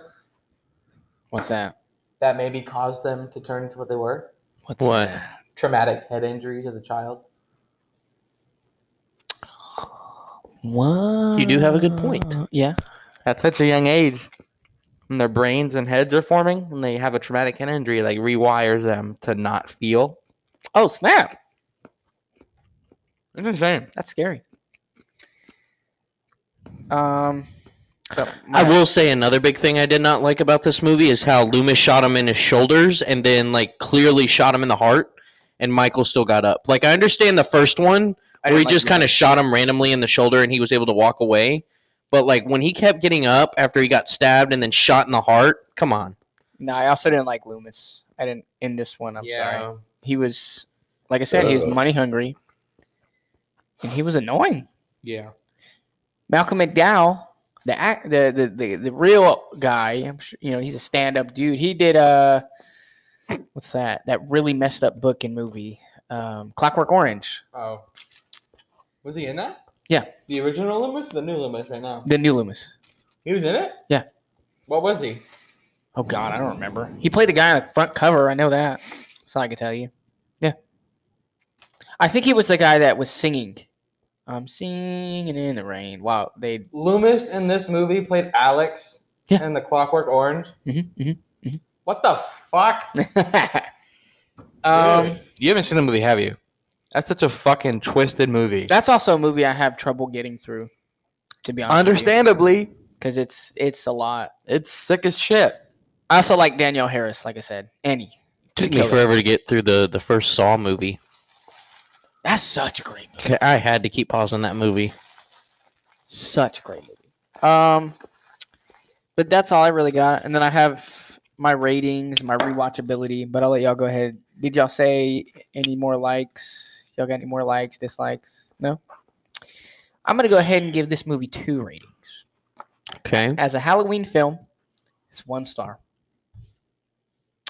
Speaker 3: What's that?
Speaker 7: that maybe caused them to turn into what they were
Speaker 3: What's
Speaker 1: What?
Speaker 3: that?
Speaker 7: traumatic head injuries as a child.
Speaker 3: What?
Speaker 1: You do have a good point.
Speaker 3: Yeah.
Speaker 2: At such a young age, when their brains and heads are forming, and they have a traumatic head injury, like rewires them to not feel.
Speaker 3: Oh snap!
Speaker 2: It's insane.
Speaker 3: That's scary. Um, but
Speaker 1: I
Speaker 3: my-
Speaker 1: will say another big thing I did not like about this movie is how Loomis shot him in his shoulders and then like clearly shot him in the heart, and Michael still got up. Like I understand the first one
Speaker 3: I
Speaker 1: where he
Speaker 3: didn't like
Speaker 1: just
Speaker 3: that.
Speaker 1: kind of shot him randomly in the shoulder and he was able to walk away, but like when he kept getting up after he got stabbed and then shot in the heart, come on.
Speaker 3: No, I also didn't like Loomis. I didn't in this one. I'm sorry. He was, like I said, he was money hungry, and he was annoying.
Speaker 1: Yeah.
Speaker 3: Malcolm McDowell, the act, the, the the the real guy. I'm sure you know he's a stand up dude. He did uh, what's that? That really messed up book and movie, um, Clockwork Orange,
Speaker 7: Oh. Was he in that?
Speaker 3: Yeah.
Speaker 7: The original Loomis or the new Loomis right now?
Speaker 3: the new Loomis.
Speaker 7: He was in it?
Speaker 3: Yeah.
Speaker 7: What was he?
Speaker 3: Oh God, I don't remember. He played the guy on the front cover. I know that. So I can tell you. Yeah. I think he was the guy that was singing. I'm singing in the rain. Wow, they.
Speaker 7: Loomis in this movie played Alex
Speaker 3: Yeah.
Speaker 7: in the Clockwork Orange.
Speaker 3: mhm,
Speaker 7: What the fuck?
Speaker 3: mhm. um,
Speaker 2: You haven't seen the movie, have you? That's such a fucking twisted movie.
Speaker 3: that's also a movie I have trouble getting through. To be honest,
Speaker 2: Understandably,
Speaker 3: because it's it's a lot.
Speaker 2: it's sick as shit.
Speaker 3: I also like Danielle Harris. Like I said, Annie.
Speaker 1: Took
Speaker 3: Kill
Speaker 1: me
Speaker 3: it.
Speaker 1: forever to get through the the first Saw movie.
Speaker 3: That's such a great movie.
Speaker 1: I had to keep pausing that movie.
Speaker 3: Such a great movie. Um, but that's all I really got. And then I have my ratings, my rewatchability. But I'll let y'all go ahead. Did y'all say any more likes? Y'all got any more likes, dislikes? No. I'm gonna go ahead and give this movie two ratings.
Speaker 1: Okay.
Speaker 3: As a Halloween film, it's one star.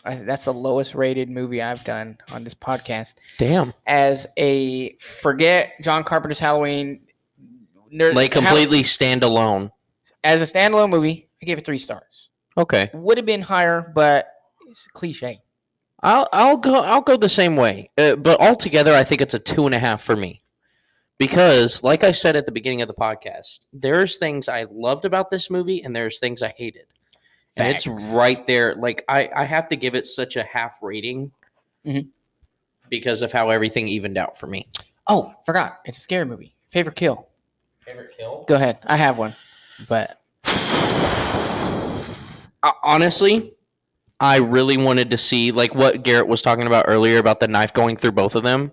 Speaker 3: I, that's the lowest rated movie I've done on this podcast.
Speaker 1: Damn.
Speaker 3: As a forget John Carpenter's Halloween, there-
Speaker 1: Like
Speaker 3: Hall-
Speaker 1: completely standalone.
Speaker 3: as a standalone movie, I gave it three stars.
Speaker 1: Okay.
Speaker 3: Would have been higher, but it's cliche.
Speaker 1: I'll I'll go I'll go the same way, uh, but altogether I think it's a two and a half for me, because like I said at the beginning of the podcast, there's things I loved about this movie and there's things I hated, and it's
Speaker 3: Facts.
Speaker 1: right there. Like I I have to give it such a half rating,
Speaker 3: Mhm.
Speaker 1: because of how everything evened out for me.
Speaker 3: Oh, forgot. It's a scary movie. Favorite kill.
Speaker 7: Favorite kill?
Speaker 3: Go ahead. I have one, but
Speaker 1: Uh, honestly, I really wanted to see like what Garrett was talking about earlier about the knife going through both of them.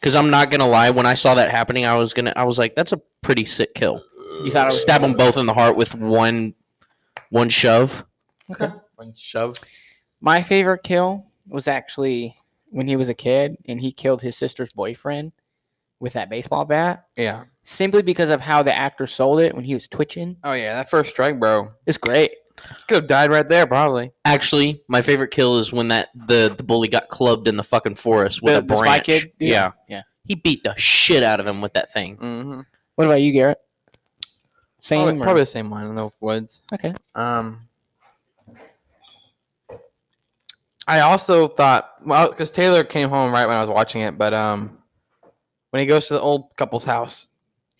Speaker 1: Because I'm not gonna lie, when I saw that happening, I was gonna I was like, that's a pretty sick kill.
Speaker 3: you thought I was
Speaker 1: Stab them both in the heart with one one shove.
Speaker 2: One shove.
Speaker 3: my favorite kill was actually when he was a kid and he killed his sister's boyfriend with that baseball bat
Speaker 2: Yeah.
Speaker 3: simply because of how the actor sold it when he was twitching.
Speaker 2: Oh yeah, that first strike, bro.
Speaker 3: It's great.
Speaker 2: Could have died right there, probably.
Speaker 1: Actually, my favorite kill is when that the, the bully got clubbed in the fucking forest with
Speaker 3: The-
Speaker 1: a
Speaker 3: the Spy
Speaker 1: branch.
Speaker 3: Kid dude?
Speaker 1: Yeah.
Speaker 3: Yeah.
Speaker 1: He beat the shit out of him with that thing.
Speaker 2: Mm-hmm.
Speaker 3: What about you, Garrett? Same.
Speaker 2: Probably,
Speaker 3: or-
Speaker 2: probably the same one in the woods.
Speaker 3: Okay.
Speaker 2: Um, I also thought well because Taylor came home right when I was watching it, but um, when he goes to the old couple's house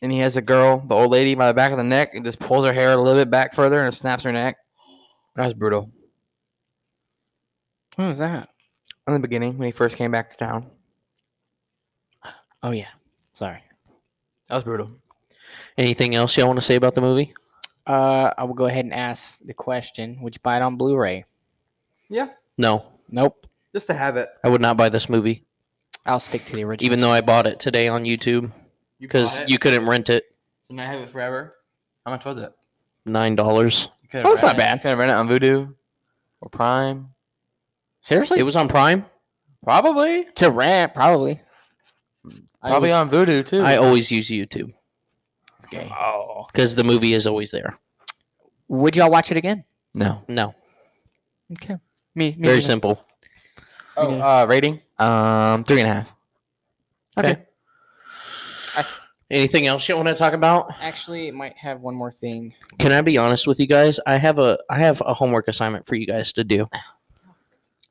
Speaker 2: and he has a girl, the old lady by the back of the neck, and just pulls her hair a little bit back further and snaps her neck. That was brutal.
Speaker 3: What was that?
Speaker 2: In the beginning, when he first came back to town,
Speaker 3: Oh yeah. Sorry.
Speaker 2: that was brutal.
Speaker 1: Anything else y'all want to say about the movie?
Speaker 3: Uh, I will go ahead and ask the question: Would you buy it on Blu-ray?
Speaker 1: No.
Speaker 3: Nope.
Speaker 2: Just to have it,
Speaker 1: I would not buy this movie.
Speaker 3: I'll stick to the original.
Speaker 1: Even though I bought it today on YouTube. Because you couldn't rent it.
Speaker 2: and I have it forever. How much was it?
Speaker 1: Nine dollars.
Speaker 2: You could
Speaker 3: Oh, it's not
Speaker 2: Could have rent it on Voodoo. or Prime.
Speaker 3: Seriously?
Speaker 1: It was on Prime.
Speaker 2: Probably.
Speaker 3: to rant, probably.
Speaker 2: Probably on Voodoo too.
Speaker 1: I always use YouTube
Speaker 3: It's gay.
Speaker 2: oh.
Speaker 1: because the movie is always there.
Speaker 3: Would y'all watch it again?
Speaker 2: No.
Speaker 1: No,
Speaker 3: Okay. Me, me
Speaker 1: very
Speaker 3: neither.
Speaker 1: simple.
Speaker 2: Oh, uh, rating? Um, three and a half.
Speaker 3: Okay.
Speaker 1: Okay. Anything else you want to talk about?
Speaker 3: Actually, it might have one more thing.
Speaker 1: Can I be honest with you guys? I have a I have a homework assignment for you guys to do.
Speaker 3: I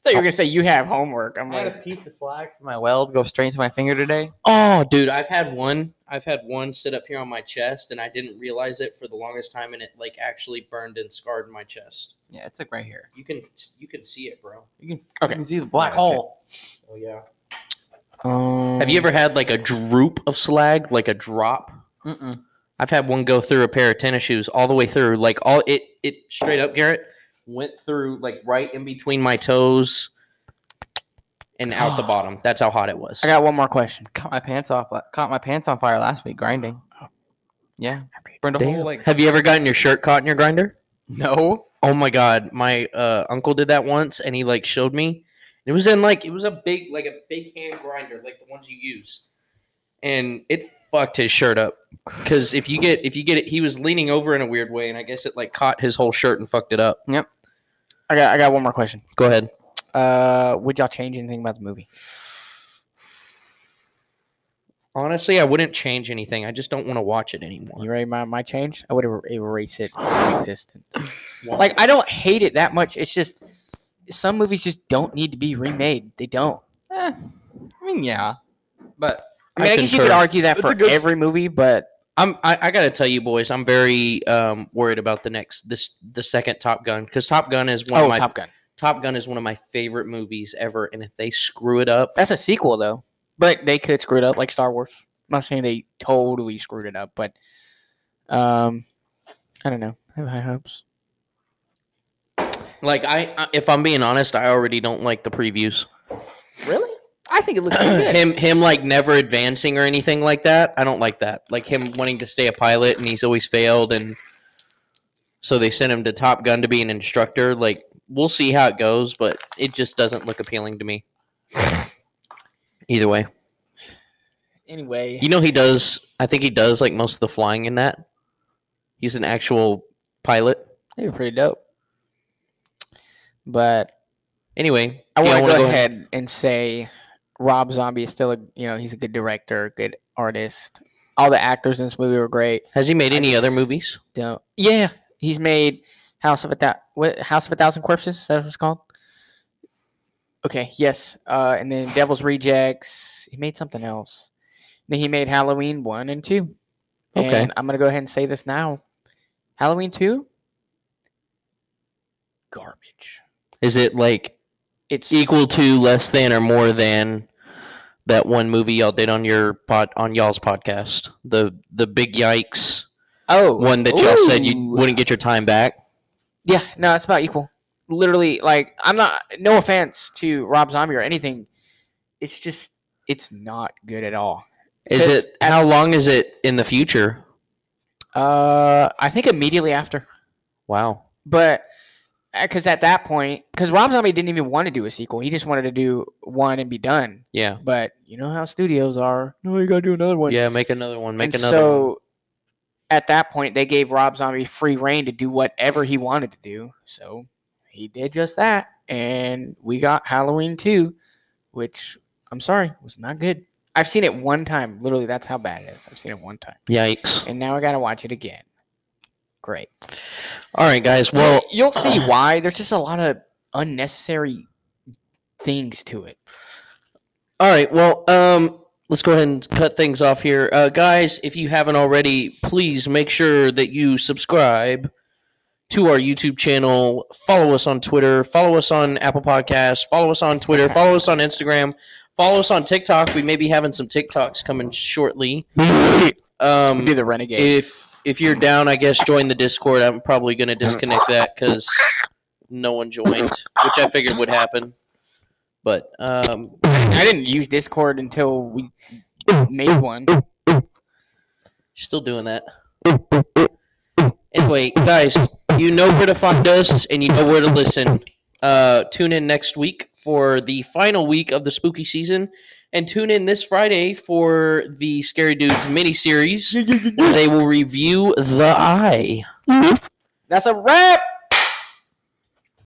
Speaker 3: thought you were gonna say you have homework. I'm
Speaker 2: I had a
Speaker 3: like,
Speaker 2: piece of slag from my weld go straight into my finger today.
Speaker 1: Oh, dude, I've had one. I've had one sit up here on my chest, and I didn't realize it for the longest time, and it like actually burned and scarred my chest.
Speaker 2: Yeah, it's like right here.
Speaker 1: You can you can see it, bro.
Speaker 2: You can,
Speaker 3: Okay.
Speaker 2: you can see the black
Speaker 3: That's it.
Speaker 2: hole.
Speaker 7: Oh yeah.
Speaker 3: um,
Speaker 1: Have you ever had like a droop of slag, like a drop?
Speaker 2: Mm-mm.
Speaker 1: I've had one go through a pair of tennis shoes all the way through, like all it it straight up, Garrett went through like right in between my toes and out the bottom. That's how hot it was.
Speaker 3: I got one more question.
Speaker 2: Caught my pants off. Caught my pants on fire last week grinding. Yeah, burned a
Speaker 1: Damn.
Speaker 2: hole like
Speaker 1: Have you ever gotten your shirt caught in your grinder?
Speaker 2: no.
Speaker 1: Oh my god, my uh, uncle did that once, and he like showed me. It was in like it was a big like a big hand grinder, like the ones you use, and it fucked his shirt up. Because if you get if you get it, he was leaning over in a weird way, and I guess it like caught his whole shirt and fucked it up.
Speaker 3: I got, I got one more question.
Speaker 1: Go ahead.
Speaker 3: Uh, would y'all change anything about the movie?
Speaker 1: Honestly, I wouldn't change anything. I just don't want to watch it anymore.
Speaker 3: You ready? My my change? I would er- erase it from existence. Like I don't hate it that much. It's just some movies just don't need to be remade. They don't.
Speaker 2: Eh, I mean, yeah, but
Speaker 3: I mean, I,
Speaker 1: I
Speaker 3: guess you could
Speaker 1: concur.
Speaker 3: argue that
Speaker 2: It's
Speaker 3: for
Speaker 2: a good s-
Speaker 3: every movie, but
Speaker 1: I'm I, I gotta tell you, boys, I'm very um, worried about the next this the second Top Gun because Top Gun is one
Speaker 3: oh,
Speaker 1: of my
Speaker 3: Top Gun.
Speaker 1: Top Gun is one of my favorite movies ever, and if they screw it up,
Speaker 3: That's a sequel though, but they could screw it up like Star Wars. I'm not saying they totally screwed it up, but um, I don't know. I have high hopes.
Speaker 1: like I, I if I'm being honest, I already don't like the previews.
Speaker 3: Really? I think it looks pretty good.
Speaker 1: him him like never advancing or anything like that. I don't like that. Like him wanting to stay a pilot and he's always failed, and so they sent him to Top Gun to be an instructor. Like we'll see how it goes, but it just doesn't look appealing to me. Either way,
Speaker 3: Anyway,
Speaker 1: you know he does. I think he does like most of the flying in that. He's an actual pilot.
Speaker 3: they were pretty dope. But
Speaker 1: Anyway,
Speaker 3: I
Speaker 1: yeah,
Speaker 3: want to
Speaker 1: wanna
Speaker 3: go, ahead and say Rob Zombie is still a you know he's a good director, good artist. All the actors in this movie were great.
Speaker 1: Has he made
Speaker 3: I
Speaker 1: any other
Speaker 3: just-
Speaker 1: movies?
Speaker 3: Don't, yeah, he's made House of a Thou- what House of a Thousand Corpses. Is that what it's called? Okay, yes. Uh, and then Devil's Rejects. He made something else. Then he made Halloween one and two.
Speaker 1: Okay.
Speaker 3: And I'm gonna go ahead and say this now. Halloween two. Garbage.
Speaker 1: Is it like
Speaker 3: It's
Speaker 1: equal to, less than, or more than that one movie y'all did on your pod on y'all's podcast? The the big yikes
Speaker 3: Oh,
Speaker 1: one that y'all said you
Speaker 3: ooh.
Speaker 1: wouldn't get your time back.
Speaker 3: Yeah, no, it's about equal. Literally, like I'm not. No offense to Rob Zombie or anything. It's just it's not good at all.
Speaker 1: Is
Speaker 3: Because
Speaker 1: it how long is it in the future?
Speaker 3: Uh, I think immediately after,
Speaker 1: Wow.
Speaker 3: but because at that point, because Rob Zombie didn't even want to do a sequel. He just wanted to do one and be done.
Speaker 1: Yeah.
Speaker 3: But you know how studios are. No, you gotta do another one.
Speaker 1: Yeah, make another one. Make
Speaker 3: and
Speaker 1: another
Speaker 3: so,
Speaker 1: one.
Speaker 3: at that point, they gave Rob Zombie free reign to do whatever he wanted to do. So he did just that, and we got Halloween two, which I'm sorry was not good. I've seen it one time. Literally, that's how bad it is. I've seen it one time,
Speaker 1: Yikes.
Speaker 3: and now I gotta watch it again. Great.
Speaker 1: All right, guys.
Speaker 3: Well,
Speaker 1: Well,
Speaker 3: you'll see why. There's just a lot of unnecessary things to it.
Speaker 1: All right. Well, um, let's go ahead and cut things off here, uh, guys. If you haven't already, please make sure that you subscribe to our YouTube channel. Follow us on Twitter. Follow us on Apple Podcasts. Follow us on Twitter. Follow us on Instagram. Follow us on TikTok. We may be having some TikToks coming shortly. Um,
Speaker 3: Be the renegade.
Speaker 1: if if you're down, I guess join the Discord. I'm probably gonna disconnect that because no one joined, which I figured would happen. But um,
Speaker 3: I didn't use Discord until we made one.
Speaker 1: Still doing that. Anyway, guys, you know where to find us and you know where to listen. Uh, tune in next week for the final week of the spooky season, and tune in this Friday for the Scary Dudes miniseries. where they will review The Eye.
Speaker 3: That's a wrap.